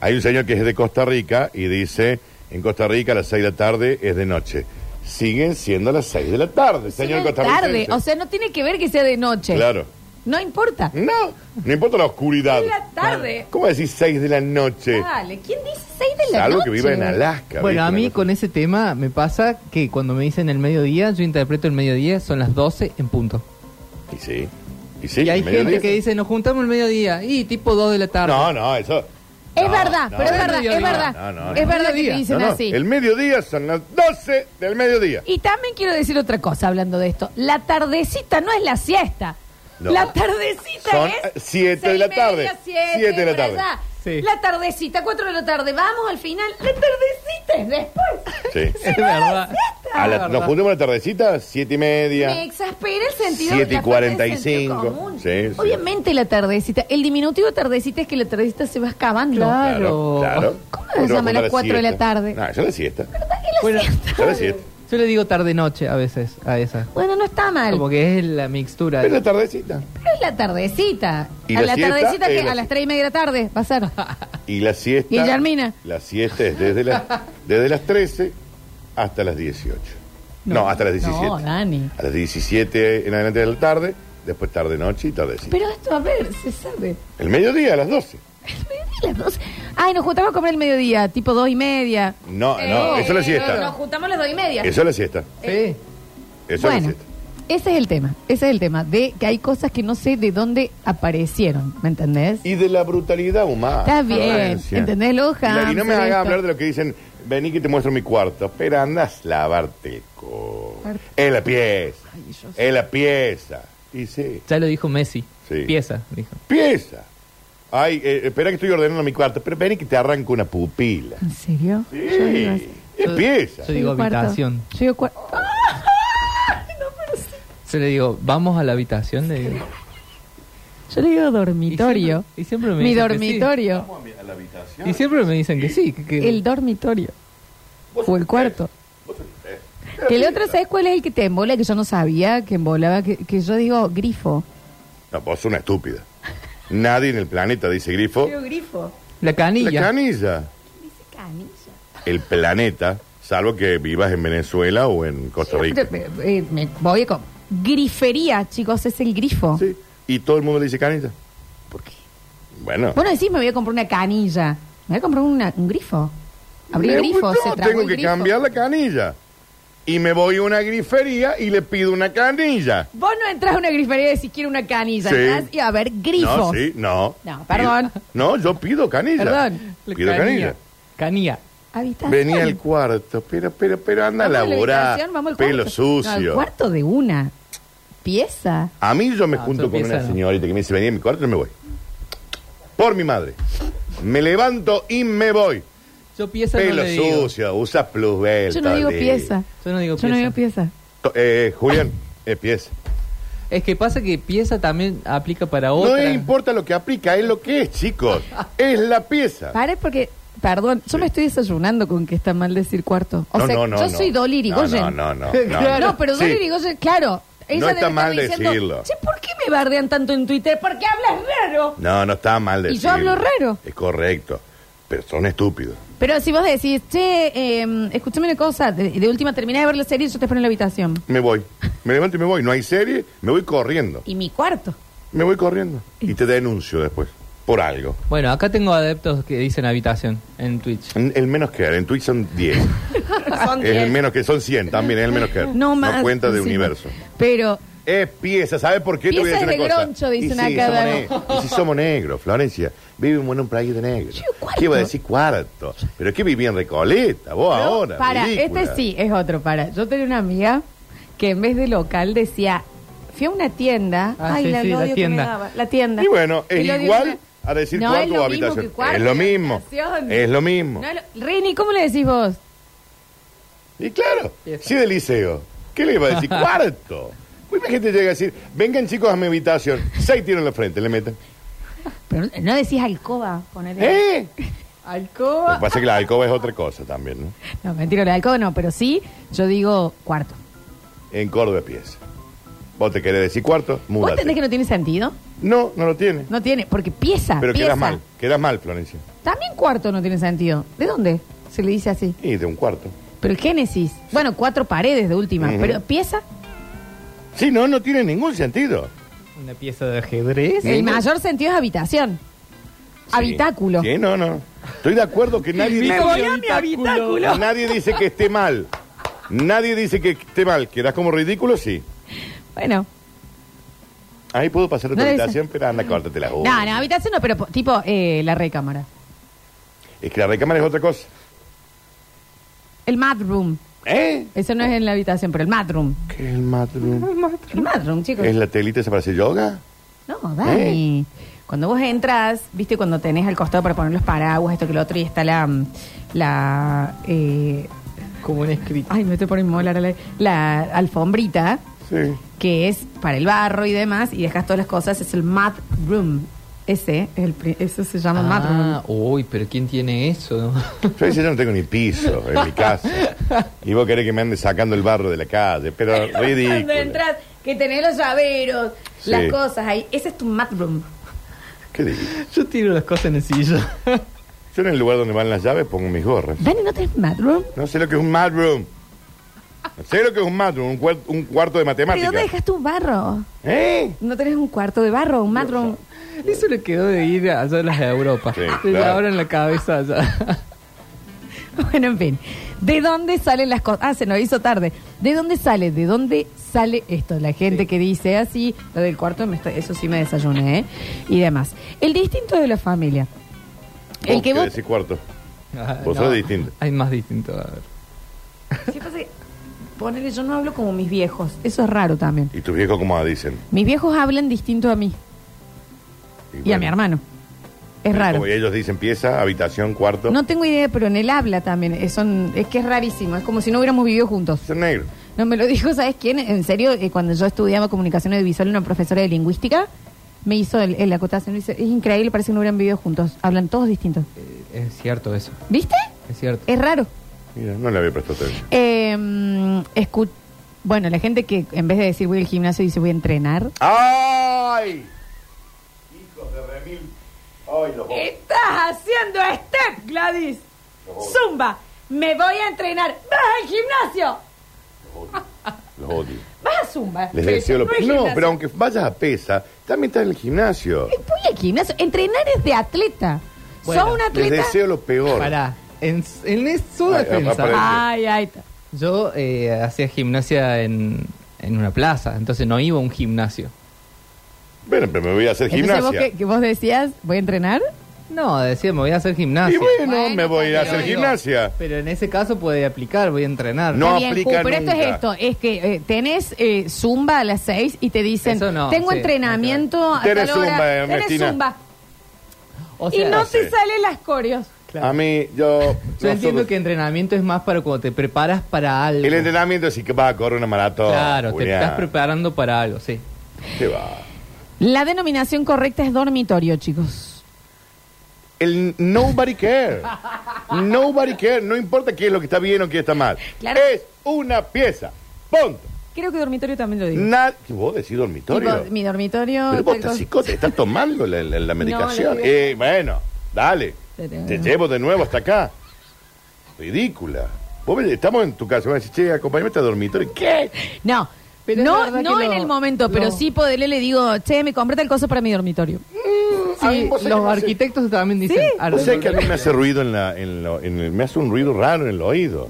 Speaker 3: Hay un señor que es de Costa Rica y dice, en Costa Rica a las 6 de la tarde es de noche. Siguen siendo las 6 de la tarde, señor
Speaker 1: Una tarde,
Speaker 3: costarricense.
Speaker 1: o sea, no tiene que ver que sea de noche.
Speaker 3: Claro.
Speaker 1: No importa.
Speaker 3: No, no importa la oscuridad.
Speaker 1: Seis de la tarde.
Speaker 3: ¿Cómo decís 6 de la noche?
Speaker 1: Dale, ¿quién dice 6 Ah, de la
Speaker 3: Salvo
Speaker 1: noche?
Speaker 3: que viva en Alaska.
Speaker 2: Bueno,
Speaker 3: ¿viste?
Speaker 2: a
Speaker 3: Una
Speaker 2: mí
Speaker 3: cosa
Speaker 2: con ese tema me pasa que cuando me dicen el mediodía, yo interpreto el mediodía, son las 12 en punto.
Speaker 3: Y sí. Y sí.
Speaker 2: y hay
Speaker 3: medio
Speaker 2: gente
Speaker 3: día.
Speaker 2: que dice, nos juntamos el mediodía, y tipo 2 de la tarde.
Speaker 3: No, no, eso.
Speaker 1: Es
Speaker 3: No,
Speaker 1: verdad,
Speaker 3: no,
Speaker 1: pero es
Speaker 2: no,
Speaker 1: verdad,
Speaker 2: no,
Speaker 1: es
Speaker 2: no,
Speaker 1: verdad.
Speaker 3: no, no,
Speaker 1: es
Speaker 2: no.
Speaker 1: verdad que
Speaker 2: Mediodía.
Speaker 1: dicen
Speaker 3: No, no,
Speaker 1: así.
Speaker 3: El mediodía son las 12 del mediodía.
Speaker 1: Y también quiero decir otra cosa hablando de esto. La tardecita no es la siesta.
Speaker 3: No.
Speaker 1: La tardecita
Speaker 3: Son, eh,
Speaker 1: es... seis
Speaker 3: siete de la
Speaker 1: y media,
Speaker 3: tarde.
Speaker 1: Siete,
Speaker 3: Siete de la
Speaker 1: por
Speaker 3: tarde.
Speaker 1: allá.
Speaker 2: Sí.
Speaker 1: La tardecita, cuatro de la tarde. Vamos al final. La tardecita es después. (laughs)
Speaker 3: Sí.
Speaker 2: (laughs) Es verdad.
Speaker 3: A la- nos juntamos a la tardecita, 7 y
Speaker 1: Me
Speaker 3: media.
Speaker 1: exaspera el sentido
Speaker 3: Siete y
Speaker 1: la falta de
Speaker 3: cuarenta y
Speaker 1: sentido
Speaker 3: cinco.
Speaker 1: común.
Speaker 3: Sí, sí.
Speaker 1: Obviamente la tardecita. El diminutivo tardecita es que la tardecita se va excavando.
Speaker 2: Claro.
Speaker 3: claro.
Speaker 1: ¿Cómo
Speaker 3: Nos
Speaker 1: se llama a
Speaker 3: juntamos
Speaker 1: las cuatro de la
Speaker 3: siesta.
Speaker 1: tarde?
Speaker 3: No, yo la siesta.
Speaker 2: Bueno,
Speaker 3: Yo la siesta.
Speaker 2: yo le digo tarde-noche a veces a esa.
Speaker 1: Bueno, no está mal.
Speaker 2: Como que es la mixtura.
Speaker 3: Es la tardecita.
Speaker 1: Pero es la tardecita.
Speaker 3: Y
Speaker 1: a
Speaker 3: la
Speaker 1: la
Speaker 3: siesta
Speaker 1: tardecita
Speaker 3: es
Speaker 1: que
Speaker 3: la
Speaker 1: a las
Speaker 3: siesta.
Speaker 1: tres y media de la tarde va a ser. (laughs)
Speaker 3: Y la siesta.
Speaker 1: Guillermina.
Speaker 3: La siesta es
Speaker 1: (laughs)
Speaker 3: desde, la- desde las 13 hasta las 18. No, hasta las 17.
Speaker 1: No, Dani.
Speaker 3: A las 17 en adelante de la tarde, después tarde-noche y tardecita.
Speaker 1: Pero esto, a ver, se sabe.
Speaker 3: El mediodía, a las 12.
Speaker 1: El mediodía a las dos. Ay, nos juntamos a comer el mediodía, tipo dos y media.
Speaker 3: No, no, eso es la siesta.
Speaker 1: Nos juntamos a las dos y media.
Speaker 3: Eso es la siesta.
Speaker 2: Sí.
Speaker 3: Eso es la
Speaker 1: bueno,
Speaker 3: siesta.
Speaker 1: ese es el tema. Ese es el tema. De que hay cosas que no sé de dónde aparecieron. ¿Me entendés?
Speaker 3: Y de la brutalidad humana.
Speaker 1: Está bien,
Speaker 3: Florencia.
Speaker 1: ¿entendés? Los
Speaker 3: Y la- Y no me
Speaker 1: hamsters,
Speaker 3: hagas
Speaker 1: esto.
Speaker 3: hablar de lo que dicen, vení que te muestro mi cuarto. Espera, andas a lavarte el co.
Speaker 1: Parte.
Speaker 3: Es la pieza.
Speaker 1: Ay, yo sé.
Speaker 3: Es la pieza. Y sí.
Speaker 2: Ya lo dijo Messi.
Speaker 3: Sí.
Speaker 2: Pieza, dijo.
Speaker 3: Pieza. Ay, eh, espera que estoy ordenando mi cuarto. Pero vení que te arranco una pupila.
Speaker 1: ¿En serio?
Speaker 3: Sí.
Speaker 1: Yo digo así.
Speaker 3: Empieza.
Speaker 2: Yo digo
Speaker 1: Yo cuarto.
Speaker 2: habitación.
Speaker 1: Yo digo cuarto.
Speaker 2: Yo le digo, vamos a la habitación. Le digo.
Speaker 1: Yo le digo dormitorio.
Speaker 2: Y siempre- y siempre me
Speaker 1: Mi
Speaker 2: dicen que sí.
Speaker 1: dormitorio.
Speaker 3: a la habitación.
Speaker 2: Y siempre me dicen que sí. que- que-
Speaker 1: El dormitorio. O el cuarto. Que el otro, ¿sabes cuál es el que te embola? Que yo no sabía que embolaba. Que, que yo digo grifo.
Speaker 3: No, vos sos una estúpida. Nadie en el planeta dice grifo.
Speaker 1: grifo.
Speaker 2: La
Speaker 3: La
Speaker 2: canilla.
Speaker 3: canilla. El planeta, salvo que vivas en Venezuela o en Costa Rica.
Speaker 1: eh, me voy con grifería, chicos, es el grifo.
Speaker 3: Sí. Y todo el mundo le dice canilla.
Speaker 1: ¿Por qué?
Speaker 3: Bueno.
Speaker 1: Vos no decís me voy a comprar una canilla. Me voy a comprar una- un grifo. Abrí
Speaker 3: Me
Speaker 1: el grifo,
Speaker 3: gustó,
Speaker 1: se trabó
Speaker 3: tengo
Speaker 1: el
Speaker 3: que
Speaker 1: grifo.
Speaker 3: cambiar la canilla. Y me voy a una grifería y le pido una canilla.
Speaker 1: Vos no entras a una grifería y decís quiero una canilla.
Speaker 3: Sí.
Speaker 1: Entrás y a ver, grifo.
Speaker 3: No, sí, no.
Speaker 1: No, perdón.
Speaker 3: Pido- no, yo pido canilla.
Speaker 1: Perdón.
Speaker 2: La
Speaker 3: Pido canilla.
Speaker 2: Canilla.
Speaker 1: Habitación.
Speaker 3: Venía al cuarto, pero, pero, pero anda a
Speaker 1: Vamos la
Speaker 3: laburar.
Speaker 1: habitación, vamos al
Speaker 3: Pelo
Speaker 1: cuarto. No, al
Speaker 3: sucio.
Speaker 1: cuarto de una. Pieza.
Speaker 3: a mí yo me
Speaker 2: No,
Speaker 3: junto
Speaker 2: yo
Speaker 3: con
Speaker 2: pienso
Speaker 3: una
Speaker 2: no.
Speaker 3: señorita que me dice, venía a mi cuarto y me voy. Por mi madre. Me levanto y me voy.
Speaker 2: Yo pieza no
Speaker 3: Pelo
Speaker 2: le digo.
Speaker 3: sucio, usa plusbel.
Speaker 1: Yo no digo pieza.
Speaker 2: Yo no digo
Speaker 1: Yo no digo
Speaker 2: pieza.
Speaker 1: pieza.
Speaker 3: To- Eh, Julián, es pieza.
Speaker 2: Es que pasa que pieza también aplica para
Speaker 3: No
Speaker 2: otra.
Speaker 3: le importa lo que aplica, es lo que es, chicos. Es la pieza.
Speaker 1: Pare porque, perdón, yo me estoy desayunando con que está mal decir cuarto. O sea, yo soy Dolly Irigoyen. (laughs)
Speaker 3: No, no, no. No,
Speaker 1: Claro. No, pero
Speaker 3: Sí.
Speaker 1: Dolly Irigoyen, claro. Ella
Speaker 3: No
Speaker 1: debe
Speaker 3: está
Speaker 1: estar
Speaker 3: mal
Speaker 1: diciendo,
Speaker 3: decirlo.
Speaker 1: Che, ¿por qué me bardean tanto en Twitter? Porque hablas raro.
Speaker 3: No, no está mal
Speaker 1: Y
Speaker 3: decirlo.
Speaker 1: yo hablo raro.
Speaker 3: Es correcto. Pero son estúpidos.
Speaker 1: Pero si vos decís, che, eh, escúchame una cosa, de, de última terminé de ver la serie y yo te espero en la habitación.
Speaker 3: Me voy. Me levanto y me voy. No hay serie, me voy corriendo.
Speaker 1: Y mi cuarto.
Speaker 3: Me voy corriendo. Y te denuncio después. Por algo.
Speaker 2: Bueno, acá tengo adeptos que dicen habitación en Twitch.
Speaker 3: En- El menos que en Twitch son 10.
Speaker 1: (laughs) Son
Speaker 3: es el
Speaker 1: diez.
Speaker 3: menos que son 100 también, es el menos que
Speaker 1: No más.
Speaker 3: cuenta de
Speaker 1: sí.
Speaker 3: universo.
Speaker 1: Pero,
Speaker 3: Es pieza, ¿sabes por qué? te voy a
Speaker 1: Pieza
Speaker 3: decir
Speaker 1: de
Speaker 3: una cosa.
Speaker 1: groncho, dicen
Speaker 3: y sí,
Speaker 1: acá,
Speaker 3: somos
Speaker 1: Dano.
Speaker 3: ne- y si somos negros, Florencia, vivimos en un país de negros.
Speaker 1: Yo, cuarto.
Speaker 3: ¿Qué iba a decir cuarto? Pero es que viví en Recoleta, vos
Speaker 1: No,
Speaker 3: ahora.
Speaker 1: Para,
Speaker 3: ridícula.
Speaker 1: este sí, es otro para. Yo tenía una amiga que en vez de local decía, fui a una tienda.
Speaker 2: Ah,
Speaker 1: Ay,
Speaker 2: sí,
Speaker 1: la,
Speaker 2: sí,
Speaker 1: el
Speaker 2: la
Speaker 1: odio que
Speaker 2: tienda.
Speaker 1: me daba, la tienda.
Speaker 3: Y bueno, es
Speaker 1: El odio
Speaker 3: igual
Speaker 1: que me-
Speaker 3: a decir
Speaker 1: No, es
Speaker 3: cuarto
Speaker 1: lo
Speaker 3: o
Speaker 1: mismo
Speaker 3: habitación.
Speaker 1: que cuarto
Speaker 3: es lo
Speaker 1: y
Speaker 3: mismo.
Speaker 1: habitación.
Speaker 3: Es lo mismo.
Speaker 1: No, lo- Rini, ¿cómo le decís vos?
Speaker 3: Y claro, sí de liceo. ¿Qué le iba a
Speaker 1: (laughs)
Speaker 3: decir? cuarto. Mucha gente llega a decir, vengan chicos a mi habitación. Seis tiros en la frente, le meten.
Speaker 1: Pero no decís alcoba, ponele.
Speaker 3: ¿Eh? Lo
Speaker 1: Alcoba.
Speaker 3: que pasa es que la alcoba es otra cosa también, ¿no?
Speaker 1: No, mentira, la alcoba no, pero sí, yo digo cuarto.
Speaker 3: En Córdoba pieza. Vos te querés decir cuarto,
Speaker 1: ¿Vos
Speaker 3: múdate.
Speaker 1: entendés que no tiene sentido?
Speaker 3: No, no lo tiene.
Speaker 1: No tiene, porque pieza.
Speaker 3: Pero
Speaker 1: pieza.
Speaker 3: quedas mal, quedas mal, Florencia.
Speaker 1: También cuarto no tiene sentido. ¿De dónde se le dice así?
Speaker 3: Y de un cuarto.
Speaker 1: Pero el Génesis. Bueno, cuatro paredes de última.
Speaker 3: Ujú.
Speaker 1: Pero pieza.
Speaker 3: Sí, no, no tiene ningún sentido.
Speaker 2: Una pieza de ajedrez.
Speaker 1: El
Speaker 3: Ningún-
Speaker 1: mayor sentido es habitación. Habitáculo.
Speaker 3: Sí, no, no. Estoy de acuerdo
Speaker 1: (laughs)
Speaker 3: que nadie
Speaker 2: Me
Speaker 3: dice,
Speaker 2: voy a mi habitáculo.
Speaker 3: nadie dice que esté mal. Nadie dice que esté mal. Quedas como ridículo, sí.
Speaker 1: Bueno.
Speaker 3: Ahí puedo pasar a tu
Speaker 1: No dice-
Speaker 3: habitación, pero anda, córtate la uñas.
Speaker 1: No, no, habitación no, pero po- tipo eh, la recámara.
Speaker 3: Es que la recámara es otra cosa.
Speaker 1: El mad room.
Speaker 3: ¿Eh?
Speaker 1: Eso no es en la habitación, pero el mad room.
Speaker 3: ¿Qué es el matroom?
Speaker 1: El mad room, chicos.
Speaker 3: ¿Es la telita esa para hacer yoga?
Speaker 1: No, Dani. Cuando vos entras, viste, cuando tenés al costado para poner los paraguas, esto que lo otro, y está la. la eh,
Speaker 2: Como un escrito.
Speaker 1: ay, me estoy poniendo mola la, la alfombrita,
Speaker 3: Sí.
Speaker 1: que es para el barro y demás, y dejas todas las cosas, es el mad room. Ese, es el, pri- eso se llama mad room.
Speaker 2: Ah, uy, pero ¿quién tiene eso? (laughs)
Speaker 3: Yo dice, yo no tengo ni piso en mi casa. Y vos querés que me ande sacando el barro de la calle,
Speaker 1: (laughs)
Speaker 3: pero
Speaker 1: Cuando
Speaker 3: ridículo.
Speaker 1: entras, que tenés los llaveros,
Speaker 3: Sí.
Speaker 1: las cosas ahí. Ese es tu mat room.
Speaker 3: ¿Qué ridículo.
Speaker 2: Yo tiro las cosas en el sillón.
Speaker 3: Yo en el lugar donde van las llaves pongo mis gorras.
Speaker 1: Dani, ¿no tenés mat room?
Speaker 3: No sé lo que es un mad room. No sé lo que es un mad room, un, cuar- un cuarto de
Speaker 1: ¿Pero
Speaker 3: matemáticas.
Speaker 1: dónde dejas tu barro?
Speaker 3: ¿Eh?
Speaker 1: ¿No tenés un cuarto de barro, un mat room?
Speaker 2: (laughs) Eso le quedó de ir allá a las de Europa.
Speaker 3: Sí,
Speaker 2: Le
Speaker 3: claro.
Speaker 2: abren la
Speaker 3: (laughs)
Speaker 2: cabeza allá.
Speaker 1: (laughs) Bueno, en fin. ¿De dónde salen las cosas? Ah, se nos hizo tarde. ¿De dónde sale? ¿De dónde sale esto? La gente que dice así, lo del cuarto, me está- eso sí me desayuné, ¿eh? Y demás. El distinto de la familia. El que vos...
Speaker 3: decís cuarto.
Speaker 2: Ah,
Speaker 3: Vos sos distinto.
Speaker 2: Hay más distinto. A ver.
Speaker 1: Sí, pasa que- Ponele, yo no hablo como mis viejos. Eso es raro también.
Speaker 3: ¿Y tus viejos cómo dicen?
Speaker 1: Mis viejos hablan distinto a mí y
Speaker 3: Y,
Speaker 1: a
Speaker 3: bueno,
Speaker 1: mi hermano. Es raro.
Speaker 3: Como ellos dicen pieza, habitación, cuarto.
Speaker 1: No tengo idea, pero en el habla también. eh, son- es que es rarísimo. Es como si no hubiéramos vivido juntos.
Speaker 3: Son negros.
Speaker 1: No, me lo dijo, ¿sabes quién? En serio, eh, cuando yo estudiaba comunicación audiovisual, una profesora de lingüística me hizo el, el acotación. Dice, es increíble, parece que no hubieran vivido juntos. Hablan todos distintos.
Speaker 2: Eh, Es cierto eso,
Speaker 1: ¿Viste?
Speaker 2: es cierto.
Speaker 1: Es raro.
Speaker 3: Mira, no le había prestado atención.
Speaker 1: Eh, mm, escu- bueno, la gente que en vez de decir voy al gimnasio dice voy a entrenar.
Speaker 3: ¡Ay! Hijos de remil. ¡Ay, los
Speaker 1: ¿Qué estás haciendo, Step, Gladys? Zumba, me voy a entrenar. ¡Vas al gimnasio!
Speaker 3: odio! Los odio.
Speaker 1: ¡Vas a Zumba!
Speaker 3: Les deseo lo
Speaker 1: No hay
Speaker 3: No,
Speaker 1: gimnasio. Eh,
Speaker 3: pero aunque vayas a pesa, también estás en el gimnasio.
Speaker 1: Voy al gimnasio. Entrenar es de atleta.
Speaker 2: Bueno,
Speaker 1: ¿Sos un
Speaker 3: Les
Speaker 1: atleta?
Speaker 3: deseo lo peor.
Speaker 2: Pará, en, en es- su
Speaker 3: Ay,
Speaker 2: defensa,
Speaker 3: aparece.
Speaker 1: Ay, ay. t-
Speaker 2: yo eh, hacía gimnasia en, en una plaza, entonces no iba a un gimnasio.
Speaker 3: Bueno, pero me voy a hacer
Speaker 1: Entonces vos
Speaker 3: gimnasia.
Speaker 1: que, que vos decías, voy a entrenar.
Speaker 2: No, decía, me voy a hacer gimnasia.
Speaker 3: Y bueno,
Speaker 1: Bueno,
Speaker 3: me voy a ir a
Speaker 1: pero
Speaker 3: hacer
Speaker 1: digo-
Speaker 3: gimnasia.
Speaker 2: Pero en ese caso puede aplicar, voy a entrenar.
Speaker 3: No
Speaker 1: Está bien,
Speaker 3: aplica
Speaker 1: Ju, Pero esto es
Speaker 3: nunca.
Speaker 1: esto, es que eh, tenés eh, zumba a las 6 y te dicen,
Speaker 2: Eso no,
Speaker 1: tengo
Speaker 2: sí,
Speaker 1: entrenamiento a
Speaker 3: Tenés
Speaker 1: tal hora,
Speaker 3: zumba, eh,
Speaker 1: tenés
Speaker 3: Ernestina.
Speaker 1: zumba.
Speaker 2: O sea,
Speaker 1: y no
Speaker 3: sí.
Speaker 1: te salen las coreos.
Speaker 2: claro.
Speaker 3: A mí, yo.
Speaker 2: Yo
Speaker 3: nosotros-
Speaker 2: entiendo que entrenamiento es más para cuando te preparas para algo.
Speaker 3: El entrenamiento sí que vas a correr una maratón.
Speaker 2: Claro, te
Speaker 3: Julián.
Speaker 2: estás preparando para algo, sí.
Speaker 3: Qué va.
Speaker 1: La denominación correcta es dormitorio, chicos.
Speaker 3: El nobody care. Nobody care. No importa qué es lo que está bien o qué está mal.
Speaker 1: Claro.
Speaker 3: Es una pieza. Punto.
Speaker 1: Creo que dormitorio también lo digo.
Speaker 3: Nad- ¿Qué vos decís dormitorio?
Speaker 1: Tipo, mi dormitorio...
Speaker 3: Pero vos
Speaker 1: tal
Speaker 3: estás
Speaker 1: cosa.
Speaker 3: psicótica, estás tomando la, la- la medicación.
Speaker 1: digo.
Speaker 3: eh, bueno, dale.
Speaker 1: Te tengo.
Speaker 3: Te llevo de nuevo hasta acá. Ridícula. Vos ven- estamos en tu casa, me decís, che, acompáñame hasta el dormitorio. ¿Qué?
Speaker 1: No,
Speaker 2: Pero la
Speaker 1: no,
Speaker 2: verdad
Speaker 1: no
Speaker 2: que
Speaker 1: en
Speaker 2: lo-
Speaker 1: el momento, pero
Speaker 2: lo-
Speaker 1: sí poderle le digo, che, me compré tal cosa para mi dormitorio.
Speaker 3: Ay,
Speaker 2: Sí,
Speaker 3: vos sabés
Speaker 2: los
Speaker 3: que no sé.
Speaker 2: arquitectos también dicen. ar-
Speaker 3: Vos sabés que a mí me hace ruido en la, en lo- en el- me hace un ruido raro en el oído.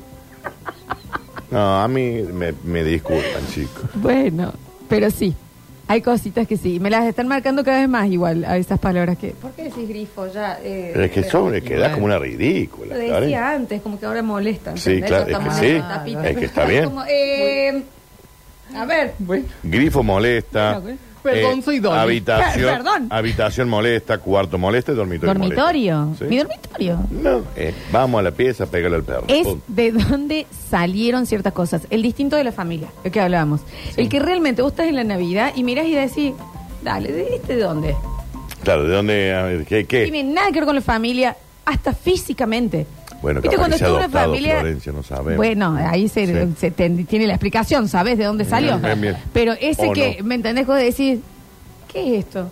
Speaker 3: No, a mí me, me disculpan, chicos.
Speaker 1: Bueno, pero sí. Hay cositas que sí. Me las están marcando cada vez más igual a esas palabras que... ¿Por qué decís grifo ya? Eh,
Speaker 3: Pero es que sobre queda
Speaker 2: bueno.
Speaker 3: como una ridícula.
Speaker 1: Lo
Speaker 3: ¿vale?
Speaker 1: decía antes, como que ahora molesta.
Speaker 3: Sí,
Speaker 1: ¿entendés?
Speaker 3: claro,
Speaker 1: Ya
Speaker 3: es
Speaker 1: estamos
Speaker 3: que
Speaker 1: en
Speaker 3: sí,
Speaker 1: la tapita.
Speaker 3: es que está bien.
Speaker 1: Como, eh, a ver,
Speaker 2: Bueno,
Speaker 3: Grifo molesta.
Speaker 1: Bueno,
Speaker 2: perdón, soy Dolly.
Speaker 3: Habitación,
Speaker 1: Perdón.
Speaker 3: habitación molesta, cuarto molesta y dormitorio
Speaker 1: dormitorio.
Speaker 3: molesta. ¿Sí?
Speaker 1: Mi dormitorio.
Speaker 3: No, eh, vamos a la pieza, pégale al perro.
Speaker 1: Es
Speaker 3: Punto.
Speaker 1: de donde salieron ciertas cosas. El distinto de la familia, el que hablábamos. El que realmente vos estás en la Navidad y mirás y decís, dale, ¿de este de dónde?
Speaker 3: Claro, ¿de dónde? A ver, ¿Qué? qué?
Speaker 1: Tiene nada que ver con la familia, hasta físicamente.
Speaker 3: Bueno, capaz que se ha adoptado, Florencia, no sabemos.
Speaker 1: Bueno, ahí se,
Speaker 3: Sí.
Speaker 1: se ten- tiene la explicación, ¿sabes de dónde salió?
Speaker 3: bien, bien.
Speaker 1: Pero ese
Speaker 3: O
Speaker 1: que,
Speaker 3: no.
Speaker 1: ¿me entendés? Vos decís, ¿qué es esto?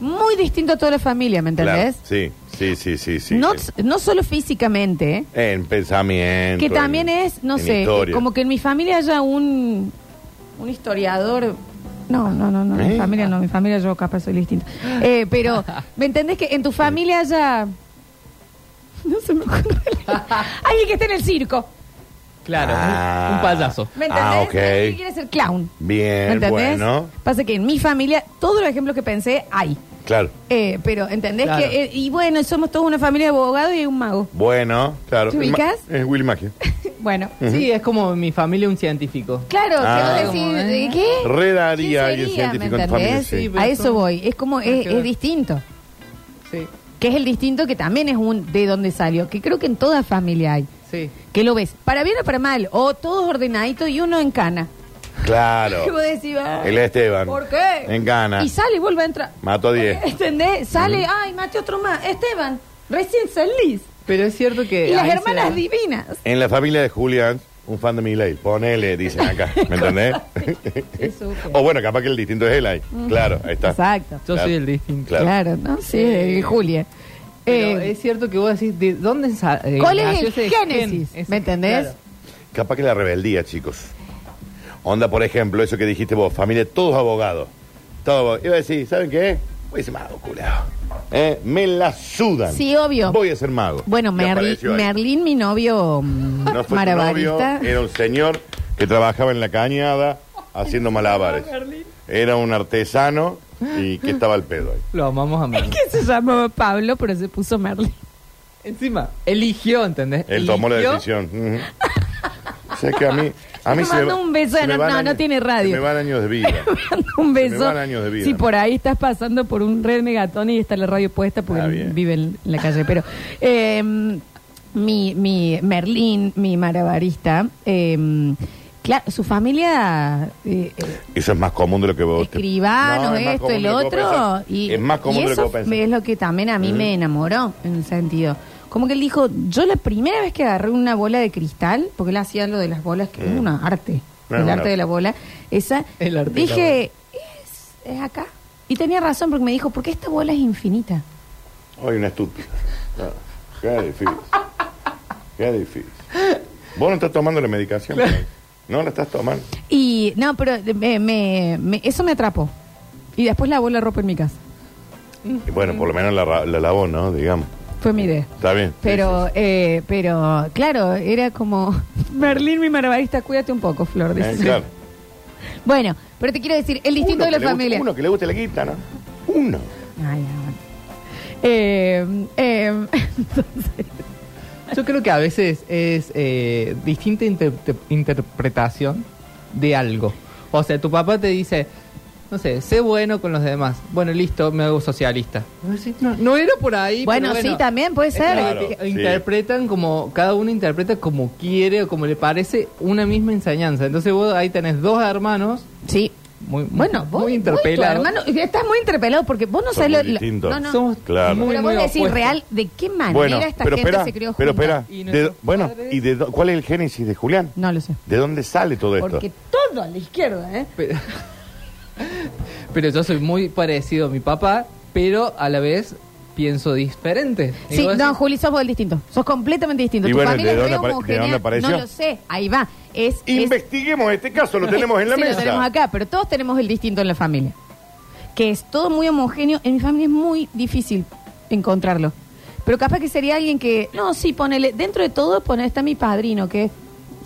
Speaker 1: Muy distinto a toda la familia, ¿me
Speaker 3: Claro,
Speaker 1: entendés?
Speaker 3: Sí, sí, sí, sí. sí
Speaker 1: no,
Speaker 3: sí.
Speaker 1: no solo físicamente, ¿eh?
Speaker 3: En pensamiento.
Speaker 1: Que también
Speaker 3: en-
Speaker 1: es, no
Speaker 3: en
Speaker 1: sé,
Speaker 3: historia.
Speaker 1: como que en mi familia haya un, un historiador. No, no, no, no,
Speaker 3: ¿Eh?
Speaker 1: mi familia no, mi familia yo capaz soy distinta. Eh,
Speaker 3: (laughs)
Speaker 1: pero, ¿me entendés que en tu familia haya. No se me ocurre.
Speaker 3: (laughs)
Speaker 1: Alguien que esté en el circo.
Speaker 2: Claro,
Speaker 3: Ah.
Speaker 2: un, un payaso.
Speaker 1: ¿Me entendés?
Speaker 3: Ah, ok.
Speaker 1: Alguien que quiere ser clown. ¿Me
Speaker 3: Bien,
Speaker 1: entendés?
Speaker 3: bueno.
Speaker 1: Pasa que en mi familia, todos los ejemplos que pensé hay.
Speaker 3: Claro.
Speaker 1: Eh, pero, ¿entendés
Speaker 2: Claro.
Speaker 1: que.? eh, y bueno, somos todos una familia de abogados y hay un mago. (laughs)
Speaker 3: Bueno, claro.
Speaker 1: ¿Te ubicas?
Speaker 3: Es
Speaker 1: (laughs)
Speaker 3: Willy Maggio.
Speaker 1: bueno.
Speaker 2: Sí, es como mi familia un científico.
Speaker 1: Claro,
Speaker 3: Ah.
Speaker 1: que vos decís, ¿de ¿qué?
Speaker 3: Re daría
Speaker 1: ¿Quién
Speaker 3: a alguien
Speaker 1: sería,
Speaker 3: científico
Speaker 1: ¿me
Speaker 3: en tu familia,
Speaker 1: entendés?
Speaker 3: sí.
Speaker 2: Sí, pero
Speaker 1: A eso
Speaker 2: son-
Speaker 1: voy. Es como,
Speaker 2: Nada
Speaker 1: es,
Speaker 2: que ver.
Speaker 1: es distinto.
Speaker 2: Sí,
Speaker 1: Que es el distinto que también es un de dónde salió. Que creo que en toda familia hay.
Speaker 2: sí.
Speaker 1: Que lo ves, para bien o para mal. O todos ordenaditos y uno en cana. (laughs)
Speaker 3: Claro.
Speaker 1: Y vos decís, ah,
Speaker 3: El Esteban.
Speaker 1: ¿Por qué?
Speaker 3: En Ghana.
Speaker 1: Y sale y vuelve a entrar.
Speaker 3: Mató a 10.
Speaker 1: (laughs) ¿Entendés? Sale, ay, mate otro más. Esteban, recién salís.
Speaker 2: Pero es cierto
Speaker 3: Eh,
Speaker 2: que.
Speaker 1: Y las
Speaker 2: ahí se
Speaker 1: hermanas
Speaker 2: da-
Speaker 1: divinas.
Speaker 3: En la familia de Julián, un fan de Miley. Ponele, dicen acá.
Speaker 1: (laughs)
Speaker 3: ¿Me entendés?
Speaker 1: Sí, súper.
Speaker 3: o bueno, capaz que el distinto es él ahí. Claro, ahí está.
Speaker 1: Exacto.
Speaker 2: Yo
Speaker 3: Claro.
Speaker 2: soy el distinto.
Speaker 3: Claro.
Speaker 1: Claro, ¿no? Sí, eh, Julia.
Speaker 2: Pero
Speaker 1: Eh,
Speaker 2: es cierto que vos decís, ¿de dónde sa- eh,
Speaker 1: ¿Cuál es
Speaker 2: nació
Speaker 1: el
Speaker 2: ese
Speaker 1: génesis?
Speaker 2: gen? Ese-
Speaker 1: ¿Me entendés?
Speaker 2: claro.
Speaker 3: Capaz que la rebeldía, chicos. Onda, por ejemplo, eso que dijiste vos, familia, todos abogados. Todos abogados. Iba a decir, ¿saben qué? Voy a ser mago, culado. Eh, Me la sudan.
Speaker 1: Sí, obvio.
Speaker 3: Voy a ser mago.
Speaker 1: Bueno,
Speaker 3: Y
Speaker 1: Merlin,
Speaker 3: apareció ahí.
Speaker 1: Merlín, mi novio mm,
Speaker 3: No fue tu
Speaker 1: marabarista.
Speaker 7: (laughs)
Speaker 3: novio, era un señor que trabajaba en la cañada haciendo malabares. Era un artesano y que estaba al pedo ahí.
Speaker 2: Lo amamos a Merlin.
Speaker 1: que se llamaba Pablo, pero se puso
Speaker 7: (laughs)
Speaker 1: Merlin.
Speaker 2: Encima, eligió, ¿entendés?
Speaker 3: Él tomó la
Speaker 2: Eligió
Speaker 3: decisión. Ujú. sea que a mí, a mí
Speaker 7: Le
Speaker 3: se me
Speaker 7: mando
Speaker 3: va-
Speaker 7: un beso
Speaker 3: se me
Speaker 7: enorme.
Speaker 3: van
Speaker 7: No,
Speaker 3: años-
Speaker 7: no tiene radio.
Speaker 3: se me van años de vida.
Speaker 7: un
Speaker 3: Se me
Speaker 7: beso.
Speaker 3: van años de vida.
Speaker 7: Si por ahí estás pasando por un red megatón y está la radio puesta porque
Speaker 3: Ah,
Speaker 7: él
Speaker 3: bien.
Speaker 7: vive en la calle. Pero eh, mi, mi Merlín, mi marabarista, eh, claro, su familia. eh, eh,
Speaker 3: Eso es más común de lo que vos te-
Speaker 7: escribano,
Speaker 3: No, es más
Speaker 7: esto,
Speaker 3: común
Speaker 7: el
Speaker 3: de lo que vos
Speaker 7: otro.
Speaker 3: pensás.
Speaker 7: Y,
Speaker 3: es más común
Speaker 7: y
Speaker 3: de lo que
Speaker 7: eso
Speaker 3: vos pensás. Mm.
Speaker 7: es lo que también a mí me enamoró, en un sentido. Como que él dijo, yo la primera vez que agarré una bola de cristal, porque él hacía lo de las bolas, que
Speaker 3: Mm.
Speaker 7: es una arte,
Speaker 3: No,
Speaker 7: el
Speaker 3: no,
Speaker 7: arte
Speaker 3: no.
Speaker 7: de la bola, esa,
Speaker 2: El arte de la
Speaker 7: dije, es, es acá. Y tenía razón porque me dijo, porque esta bola es infinita.
Speaker 3: Ay, una estúpida. No, qué difícil. Qué difícil. Vos no estás tomando la medicación. No la estás tomando.
Speaker 7: Y no, pero eh, me- me- me- eso me atrapó. Y después la bola ropa en mi casa.
Speaker 3: Y bueno, por lo menos la, ra- la lavó, ¿no? Digamos.
Speaker 7: Fue mi idea.
Speaker 3: Está bien.
Speaker 7: Pero, eh, pero claro, era como, (laughs) Merlín, mi marabarista, cuídate un poco, Flor.
Speaker 3: Sí, sí,
Speaker 7: dice.
Speaker 3: sí. Eh, claro.
Speaker 7: Bueno, pero te quiero decir, el distinto
Speaker 3: Uno
Speaker 7: de
Speaker 3: que
Speaker 7: la
Speaker 3: le guste-
Speaker 7: familia.
Speaker 3: uno que le guste la guita, ¿no? Uno.
Speaker 7: Ay, ah, bueno. Eh, eh, entonces,
Speaker 2: Yo creo que a veces es eh, distinta interpre- interpretación de algo. O sea, tu papá te dice, no sé, sé bueno con los demás. Bueno, listo, me hago socialista. Y vos decís, No, no era por ahí.
Speaker 7: Bueno,
Speaker 2: pero
Speaker 7: sí, también puede
Speaker 2: Es
Speaker 7: ser.
Speaker 3: Claro,
Speaker 2: que
Speaker 3: sí.
Speaker 2: Interpretan como, cada uno interpreta como quiere o como le parece una misma enseñanza. Entonces vos ahí tenés dos hermanos.
Speaker 7: sí.
Speaker 2: Muy, muy-
Speaker 7: Bueno, vos,
Speaker 2: muy
Speaker 7: vos y tu
Speaker 2: interpelados.
Speaker 7: hermano, estás muy interpelado porque vos no
Speaker 3: Son
Speaker 7: sabés
Speaker 3: muy
Speaker 7: lo-
Speaker 3: distintos.
Speaker 7: No, no.
Speaker 2: Somos
Speaker 3: Claro.
Speaker 2: muy,
Speaker 7: pero
Speaker 2: muy
Speaker 7: vos decís
Speaker 2: opuestos.
Speaker 7: real de qué manera
Speaker 3: Bueno,
Speaker 7: Ah, esta
Speaker 3: pero
Speaker 7: gente
Speaker 3: espera,
Speaker 7: se crió
Speaker 3: pero
Speaker 7: junta?
Speaker 3: espera.
Speaker 2: Y
Speaker 3: De-
Speaker 2: nuestros
Speaker 3: bueno,
Speaker 2: padres-
Speaker 3: ¿y de dó- cuál es el génesis de Julián?
Speaker 7: No lo sé.
Speaker 3: ¿De dónde sale todo esto?
Speaker 7: Porque todo a la izquierda, ¿eh?
Speaker 2: Pero, (laughs) pero yo soy muy parecido a mi papá, pero a la vez pienso diferente. Y
Speaker 7: Sí,
Speaker 2: vos
Speaker 7: no,
Speaker 2: decís,
Speaker 7: Juli, sos vos el distinto. Sos completamente distinto.
Speaker 3: Y
Speaker 7: tu
Speaker 3: bueno,
Speaker 7: familia
Speaker 3: ¿de
Speaker 7: es
Speaker 3: dónde
Speaker 7: re
Speaker 3: apare- de
Speaker 7: homogénea.
Speaker 3: dónde apareció?
Speaker 7: No lo sé, ahí va. Es, es-
Speaker 3: Investiguemos este caso, lo tenemos en la
Speaker 7: Sí,
Speaker 3: mesa.
Speaker 7: lo tenemos acá, pero todos tenemos el distinto en la familia. Que es todo muy homogéneo. En mi familia es muy difícil encontrarlo. Pero capaz que sería alguien que. No, sí, ponele. Dentro de todo, pone, está mi padrino, que es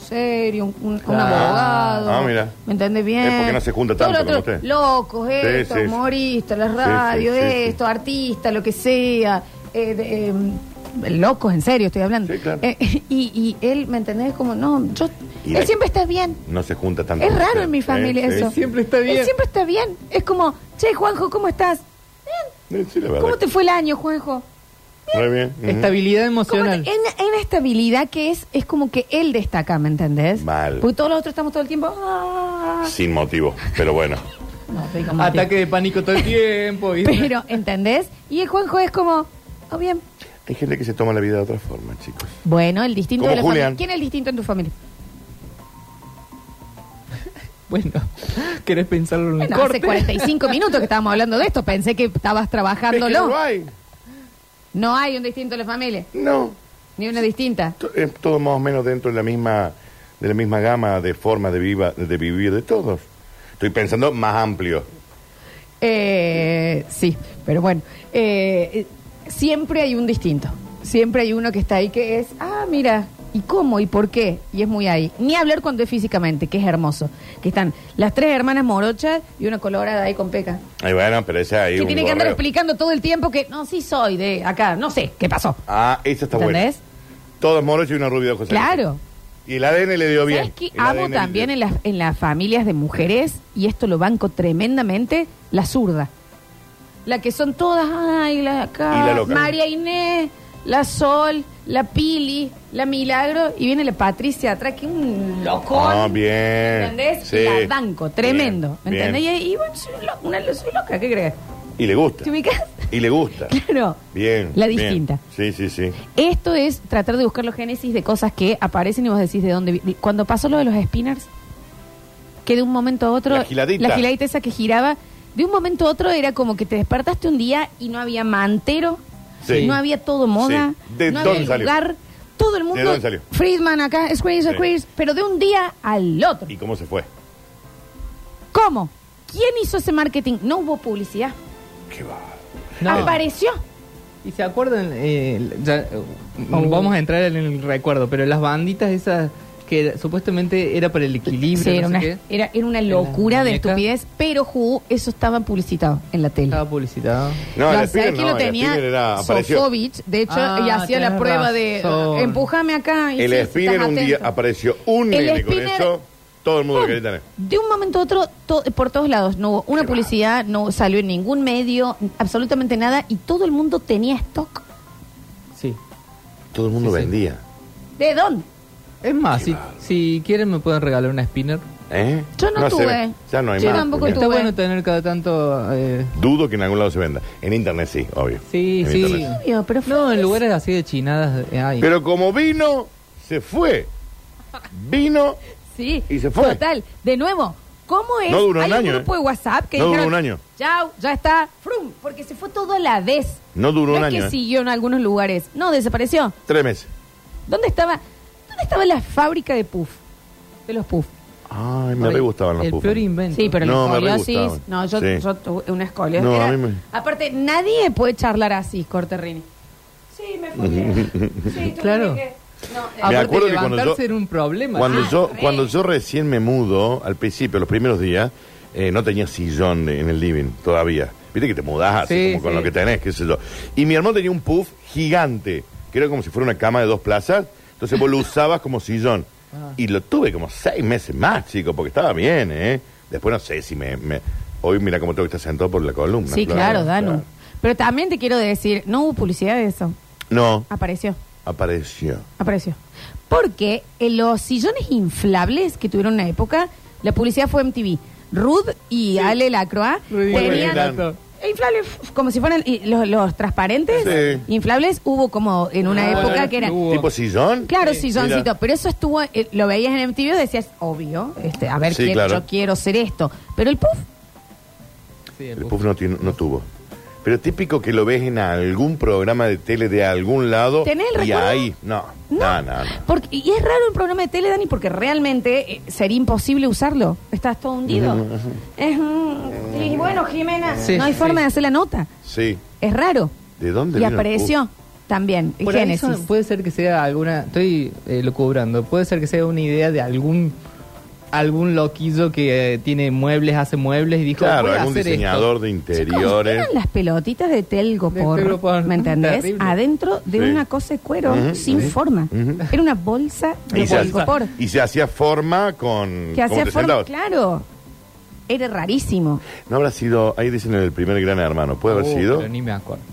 Speaker 7: serio, un, un- un
Speaker 2: Claro.
Speaker 7: abogado.
Speaker 3: Ah, mira.
Speaker 7: ¿Me entiendes bien?
Speaker 3: Es porque no se junta tanto
Speaker 7: Todo lo
Speaker 3: como usted.
Speaker 7: Locos,
Speaker 3: Sí,
Speaker 7: esto,
Speaker 3: sí, sí.
Speaker 7: humoristas, la
Speaker 3: Sí,
Speaker 7: radio,
Speaker 3: sí, sí, sí.
Speaker 7: esto, artista, lo que sea. eh, de- eh, locos, en serio, estoy hablando.
Speaker 3: Sí, claro.
Speaker 7: Eh, (laughs) y, y él, ¿me entendés? Como, no, yo.
Speaker 3: Y
Speaker 7: él
Speaker 3: la-
Speaker 7: siempre está bien.
Speaker 3: No se junta tanto.
Speaker 7: Es
Speaker 3: con
Speaker 7: raro
Speaker 3: usted,
Speaker 7: en mi
Speaker 3: ¿eh?
Speaker 7: familia
Speaker 3: Sí,
Speaker 7: eso.
Speaker 3: sí.
Speaker 2: Siempre está bien.
Speaker 7: Él siempre está bien. Es como, che, Juanjo, ¿cómo estás?
Speaker 3: Sí, sí, la verdad.
Speaker 7: ¿Cómo te fue el año, Juanjo?
Speaker 3: Muy bien. ujú.
Speaker 2: Estabilidad
Speaker 7: ¿Cómo te-
Speaker 2: emocional.
Speaker 7: en, en esta habilidad que es, es como que él destaca, ¿me entendés?
Speaker 3: Mal.
Speaker 7: Porque todos los otros estamos todo el tiempo. "Ah".
Speaker 3: Sin motivo, pero bueno.
Speaker 7: No, soy como
Speaker 2: Ataque de pánico (laughs) todo el tiempo.
Speaker 7: tío.
Speaker 2: ¿viste?
Speaker 7: Pero, ¿entendés? Y el Juanjo es como, oh, bien.
Speaker 3: Hay gente que se toma la vida de otra forma, chicos.
Speaker 7: Bueno, el distinto
Speaker 3: Como
Speaker 7: de la
Speaker 3: Julián.
Speaker 7: familia. ¿Quién es el distinto en tu familia?
Speaker 2: Bueno, (laughs) ¿querés pensarlo en un
Speaker 7: Bueno,
Speaker 2: corte?
Speaker 7: hace 45 minutos que estábamos hablando de esto. Pensé que estabas
Speaker 3: Es que no
Speaker 7: trabajándolo.
Speaker 3: hay.
Speaker 7: No hay un distinto en la familia,
Speaker 3: No.
Speaker 7: ni una distinta.
Speaker 3: To- Es todo más o menos dentro de la misma, de la misma gama de formas de, viva- de vivir de todos. Estoy pensando más amplio.
Speaker 7: Eh, sí, pero bueno, eh, eh, siempre hay un distinto. Siempre hay uno que está ahí que es, ah, mira, ¿y cómo? ¿Y por qué? Y es muy ahí. Ni hablar cuando es físicamente, que es hermoso. Que están las tres hermanas morochas y una colorada ahí con peca.
Speaker 3: Ay, bueno, pero esa ahí.
Speaker 7: Que
Speaker 3: un
Speaker 7: tiene que andar
Speaker 3: gorreo.
Speaker 7: explicando todo el tiempo que, no, sí soy de acá, no sé, ¿qué pasó?
Speaker 3: Ah, esa está buena.
Speaker 7: ¿Entendés?
Speaker 3: Todos moros y una rubia de ojos
Speaker 7: Claro.
Speaker 3: Y el ADN le dio bien.
Speaker 7: ¿Sabes qué?
Speaker 3: El
Speaker 7: Amo
Speaker 3: ADN le
Speaker 7: también
Speaker 3: dio-
Speaker 7: en las, en las familias de mujeres, y esto lo banco tremendamente, la zurda. La que son todas, ay, la acá,
Speaker 3: Y la loca.
Speaker 7: María Inés, la Sol, la Pili, la Milagro, y viene la Patricia atrás, que un loco.
Speaker 3: Ah, bien.
Speaker 7: ¿Entendés?
Speaker 3: Sí.
Speaker 7: Y la banco, tremendo.
Speaker 3: Bien,
Speaker 7: ¿Me entendés?
Speaker 3: bien.
Speaker 7: Y, y bueno, soy, lo- una, soy loca, ¿qué crees?
Speaker 3: Y le gusta. (laughs)
Speaker 7: ¿Te ubicas?
Speaker 3: Y le gusta.
Speaker 7: Claro.
Speaker 3: Bien.
Speaker 7: La
Speaker 3: bien.
Speaker 7: distinta.
Speaker 3: Sí, sí, sí.
Speaker 7: Esto es tratar de buscar los génesis de cosas que aparecen y vos decís de dónde. vi- Cuando pasó lo de los spinners, que de un momento a otro.
Speaker 3: La giladita.
Speaker 7: La giladita esa que giraba. De un momento a otro era como que te despertaste un día y no había mantero,
Speaker 3: Sí.
Speaker 7: no había todo moda,
Speaker 3: Sí. ¿De
Speaker 7: no
Speaker 3: dónde
Speaker 7: había
Speaker 3: salió?
Speaker 7: lugar. Todo el mundo.
Speaker 3: ¿De dónde salió?
Speaker 7: Friedman acá, Squeeze,
Speaker 3: Sí.
Speaker 7: Squeeze, pero de un día al otro.
Speaker 3: ¿Y cómo se fue?
Speaker 7: ¿Cómo? ¿Quién hizo ese marketing? No hubo publicidad.
Speaker 3: Qué va.
Speaker 2: No.
Speaker 7: Apareció.
Speaker 2: ¿Y
Speaker 7: Oh.
Speaker 2: mm, se acuerdan? eh, ya, eh, vamos a entrar en el recuerdo, pero las banditas esas que era- supuestamente era para el equilibrio.
Speaker 7: Sí,
Speaker 2: no sé
Speaker 7: era, una,
Speaker 2: qué.
Speaker 7: era- era una
Speaker 2: En la
Speaker 7: locura de
Speaker 2: muñeca. Ah.
Speaker 7: estupidez, pero Ju, eso estaba publicitado en la tele.
Speaker 2: Estaba publicitado.
Speaker 3: No,
Speaker 7: Ya
Speaker 3: el
Speaker 7: sabés
Speaker 3: Spinner
Speaker 7: quién
Speaker 3: no,
Speaker 7: lo
Speaker 3: el
Speaker 7: tenía
Speaker 3: Spinner era, apareció.
Speaker 7: Sofovich, de hecho,
Speaker 2: Ah,
Speaker 7: y hacía la
Speaker 2: tenés
Speaker 7: prueba de
Speaker 2: razón.
Speaker 7: eh, empujame acá. Y sí,
Speaker 3: El
Speaker 7: estás
Speaker 3: Spinner un día
Speaker 7: atento.
Speaker 3: apareció un
Speaker 7: El
Speaker 3: nene con
Speaker 7: Spinner-
Speaker 3: eso, todo el mundo lo quería tener.
Speaker 7: De un momento a otro, to- por todos lados, no hubo una
Speaker 3: Qué
Speaker 7: publicidad, no salió en ningún medio, absolutamente nada, y todo el mundo tenía stock.
Speaker 2: Sí.
Speaker 3: Todo el mundo
Speaker 2: Sí, sí.
Speaker 3: vendía.
Speaker 7: ¿De dónde?
Speaker 2: Es más,
Speaker 3: Qué
Speaker 2: si,
Speaker 3: bárbaro.
Speaker 2: si quieren me pueden regalar una spinner.
Speaker 3: ¿Eh?
Speaker 7: Yo
Speaker 3: se
Speaker 7: no tuve.
Speaker 3: ve. ya no hay
Speaker 7: Yo
Speaker 3: más.
Speaker 7: tampoco
Speaker 3: Julián.
Speaker 2: Está
Speaker 7: tuve.
Speaker 2: bueno tener cada tanto... eh,
Speaker 3: Dudo que en algún lado se venda. En internet sí, obvio.
Speaker 2: sí,
Speaker 3: En
Speaker 2: sí.
Speaker 3: internet.
Speaker 7: Obvio, pero fue
Speaker 2: no, en
Speaker 7: eso.
Speaker 2: lugares así de chinadas. eh, hay.
Speaker 3: pues. Pero como vino, se fue. Vino.
Speaker 7: Sí.
Speaker 3: Y se fue.
Speaker 7: Total. De nuevo, ¿cómo es?
Speaker 3: No duró un
Speaker 7: Hay
Speaker 3: año,
Speaker 7: un grupo
Speaker 3: ¿eh?
Speaker 7: de WhatsApp que
Speaker 3: No duró
Speaker 7: dijeron,
Speaker 3: un año.
Speaker 7: Chau, ya está. Frum, porque se fue todo a la vez.
Speaker 3: No duró
Speaker 7: No
Speaker 3: un
Speaker 7: es
Speaker 3: año.
Speaker 7: que
Speaker 3: ¿eh?
Speaker 7: siguió en algunos lugares. No, desapareció.
Speaker 3: Tres meses.
Speaker 7: ¿Dónde estaba? ¿Dónde estaba (laughs) la fábrica de puff? De los puff.
Speaker 3: Ay, me re gustaban los
Speaker 2: El
Speaker 3: puffs.
Speaker 2: peor invento.
Speaker 7: Sí, pero
Speaker 3: No, me
Speaker 7: la
Speaker 3: re
Speaker 7: escoliosis.
Speaker 3: gustaban.
Speaker 7: No, yo,
Speaker 3: Sí.
Speaker 7: yo tuve una escoliosis.
Speaker 3: No, a
Speaker 7: Era-
Speaker 3: mí me-
Speaker 7: Aparte, nadie puede charlar así, Corterrini. Sí, me fue bien.
Speaker 3: (laughs)
Speaker 7: Sí, tú
Speaker 2: Claro.
Speaker 7: me dije- No, eh,
Speaker 3: Me
Speaker 2: Aparte,
Speaker 3: acuerdo que cuando
Speaker 2: levantarse
Speaker 3: yo-
Speaker 2: era un problema.
Speaker 3: Cuando
Speaker 7: Ah,
Speaker 3: yo,
Speaker 7: re.
Speaker 3: cuando yo recién me mudo, al principio, los primeros días, eh, no tenía sillón de- en el living todavía. Viste que te mudás así
Speaker 2: Sí,
Speaker 3: como con
Speaker 2: sí.
Speaker 3: lo que tenés, qué sé yo. Y mi hermano tenía un puff gigante, que era como si fuera una cama de dos plazas. Entonces
Speaker 7: (laughs)
Speaker 3: vos lo usabas como sillón.
Speaker 7: Ah.
Speaker 3: Y lo tuve como seis meses más, chico, porque estaba bien, ¿eh? Después no sé si me... me- Hoy mira cómo tengo que estar sentado por la columna.
Speaker 7: Sí, claro, Danu.
Speaker 3: claro.
Speaker 7: Pero también te quiero decir, no hubo publicidad de eso.
Speaker 3: No,
Speaker 7: Apareció,
Speaker 3: apareció.
Speaker 7: apareció. Porque en los sillones inflables que tuvieron una época, la publicidad fue MTV. Ruth y Ale Lacroix
Speaker 2: Muy
Speaker 3: buen
Speaker 7: tenían
Speaker 3: dato.
Speaker 7: e inflables, f- como si fueran y los, los transparentes
Speaker 3: Sí.
Speaker 7: inflables, hubo como en una
Speaker 2: Ah,
Speaker 7: época
Speaker 2: bueno,
Speaker 7: que era...
Speaker 2: hubo.
Speaker 3: ¿Tipo sillón?
Speaker 7: Claro,
Speaker 3: Mira.
Speaker 7: silloncito, pero eso estuvo, eh, lo veías en MTV y decías, obvio, este, a ver,
Speaker 3: Sí,
Speaker 7: quiero-
Speaker 3: claro.
Speaker 7: yo quiero ser esto. Pero el puff,
Speaker 2: Sí, el
Speaker 3: El
Speaker 2: puff.
Speaker 3: puff no, tiene- no tuvo. Pero típico que lo ves en algún programa de tele de algún lado.
Speaker 7: ¿Tenés el
Speaker 3: y
Speaker 7: recuerdo?
Speaker 3: ahí, no, no, no. no.
Speaker 7: Porque, y es raro el programa de tele, Dani, porque realmente eh, sería imposible usarlo. Estás todo hundido. Es, mm,
Speaker 3: Eh,
Speaker 7: y bueno, Jimena,
Speaker 2: Sí,
Speaker 7: no hay
Speaker 2: sí.
Speaker 7: forma de hacer la nota.
Speaker 3: Sí,
Speaker 7: Es raro.
Speaker 3: ¿de dónde
Speaker 7: Y
Speaker 3: vino el
Speaker 7: apareció también
Speaker 2: Por ahí
Speaker 7: Génesis.
Speaker 2: son- puede ser que sea alguna, estoy eh, lucubrando, puede ser que sea una idea de algún algún loquillo que eh, tiene muebles, hace muebles y dijo,
Speaker 3: Claro,
Speaker 2: voy a
Speaker 3: algún
Speaker 2: hacer
Speaker 3: diseñador
Speaker 2: esto.
Speaker 3: de
Speaker 7: ¿Cómo
Speaker 3: interiores.
Speaker 7: eran las pelotitas de telgo
Speaker 2: De
Speaker 7: porro?
Speaker 2: telgo porro.
Speaker 7: ¿Me entendés?
Speaker 2: Terrible.
Speaker 7: Adentro de
Speaker 3: Sí.
Speaker 7: una cosa de cuero
Speaker 3: Ujú,
Speaker 7: sin
Speaker 3: sí.
Speaker 7: forma.
Speaker 3: Ujú.
Speaker 7: Era una bolsa de
Speaker 3: Y se,
Speaker 7: telgo
Speaker 3: hacía,
Speaker 7: porro.
Speaker 3: y se hacía forma con.
Speaker 7: Que
Speaker 3: ¿cómo
Speaker 7: hacía
Speaker 3: te
Speaker 7: forma,
Speaker 3: sentabas?
Speaker 7: claro. Era rarísimo.
Speaker 3: No habrá sido, ahí dicen el primer gran hermano, puede haber
Speaker 2: Oh,
Speaker 3: sido
Speaker 2: pero ni me acuerdo.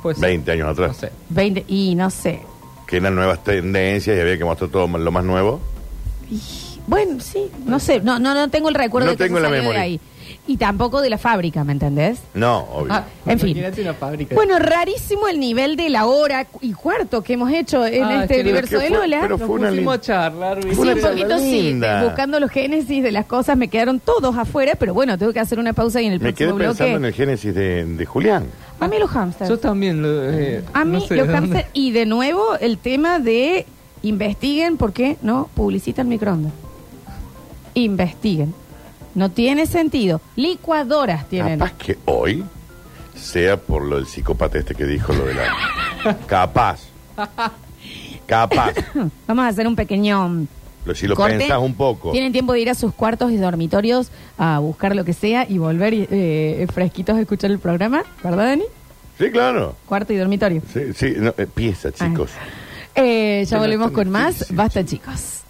Speaker 2: Puede ser.
Speaker 3: 20 años atrás,
Speaker 2: No sé.
Speaker 7: 20, y no sé,
Speaker 3: que eran nuevas tendencias y había que mostrar todo lo más nuevo.
Speaker 7: Bueno, sí, no sé, no, no, no tengo el recuerdo
Speaker 3: No
Speaker 7: de que
Speaker 3: tengo
Speaker 7: eso
Speaker 3: la
Speaker 7: salió
Speaker 3: memoria.
Speaker 7: de ahí. Y tampoco de la fábrica, ¿me entendés?
Speaker 3: No, obvio.
Speaker 7: Ah, en fin.
Speaker 2: Imagínate una fábrica.
Speaker 7: Bueno, rarísimo el nivel de la hora cu- y cuarto que hemos hecho en
Speaker 2: Ah,
Speaker 7: este
Speaker 2: qué lindo.
Speaker 7: universo
Speaker 3: Que
Speaker 7: de
Speaker 3: fue-
Speaker 7: Lola.
Speaker 3: pero
Speaker 2: Nos
Speaker 3: fue una
Speaker 2: pusimos
Speaker 3: lin-
Speaker 2: a charlar,
Speaker 7: Sí,
Speaker 3: fue
Speaker 2: ¿viste?
Speaker 3: una
Speaker 7: un poquito sí,
Speaker 3: linda.
Speaker 7: de- buscando los génesis de las cosas, me quedaron todos afuera, pero bueno, tengo que hacer una pausa y en el
Speaker 3: Me quedé
Speaker 7: próximo bloque.
Speaker 3: pensando en el génesis de, de Julián.
Speaker 7: A mí los hamsters.
Speaker 2: Yo también. lo, eh,
Speaker 7: A mí
Speaker 2: no sé
Speaker 7: los
Speaker 2: de dónde-
Speaker 7: hamsters. Y de nuevo el tema de investiguen por qué no publicitan microondas. Investiguen. No tiene sentido. Licuadoras tienen.
Speaker 3: Capaz que hoy sea por lo del psicópata este que dijo lo de
Speaker 7: (laughs)
Speaker 3: la. Capaz. Capaz.
Speaker 7: Vamos a hacer un pequeño.
Speaker 3: Lo- si lo
Speaker 7: corte.
Speaker 3: pensás un poco.
Speaker 7: Tienen tiempo de ir a sus cuartos y dormitorios a buscar lo que sea y volver eh, fresquitos a escuchar el programa, ¿verdad, Dani?
Speaker 3: Sí, claro.
Speaker 7: Cuarto y dormitorio.
Speaker 3: Sí, sí, no, eh, pieza, chicos.
Speaker 7: Eh, ya
Speaker 3: Pero
Speaker 7: volvemos
Speaker 3: es tan
Speaker 7: con más.
Speaker 3: difícil,
Speaker 7: Basta, chicos.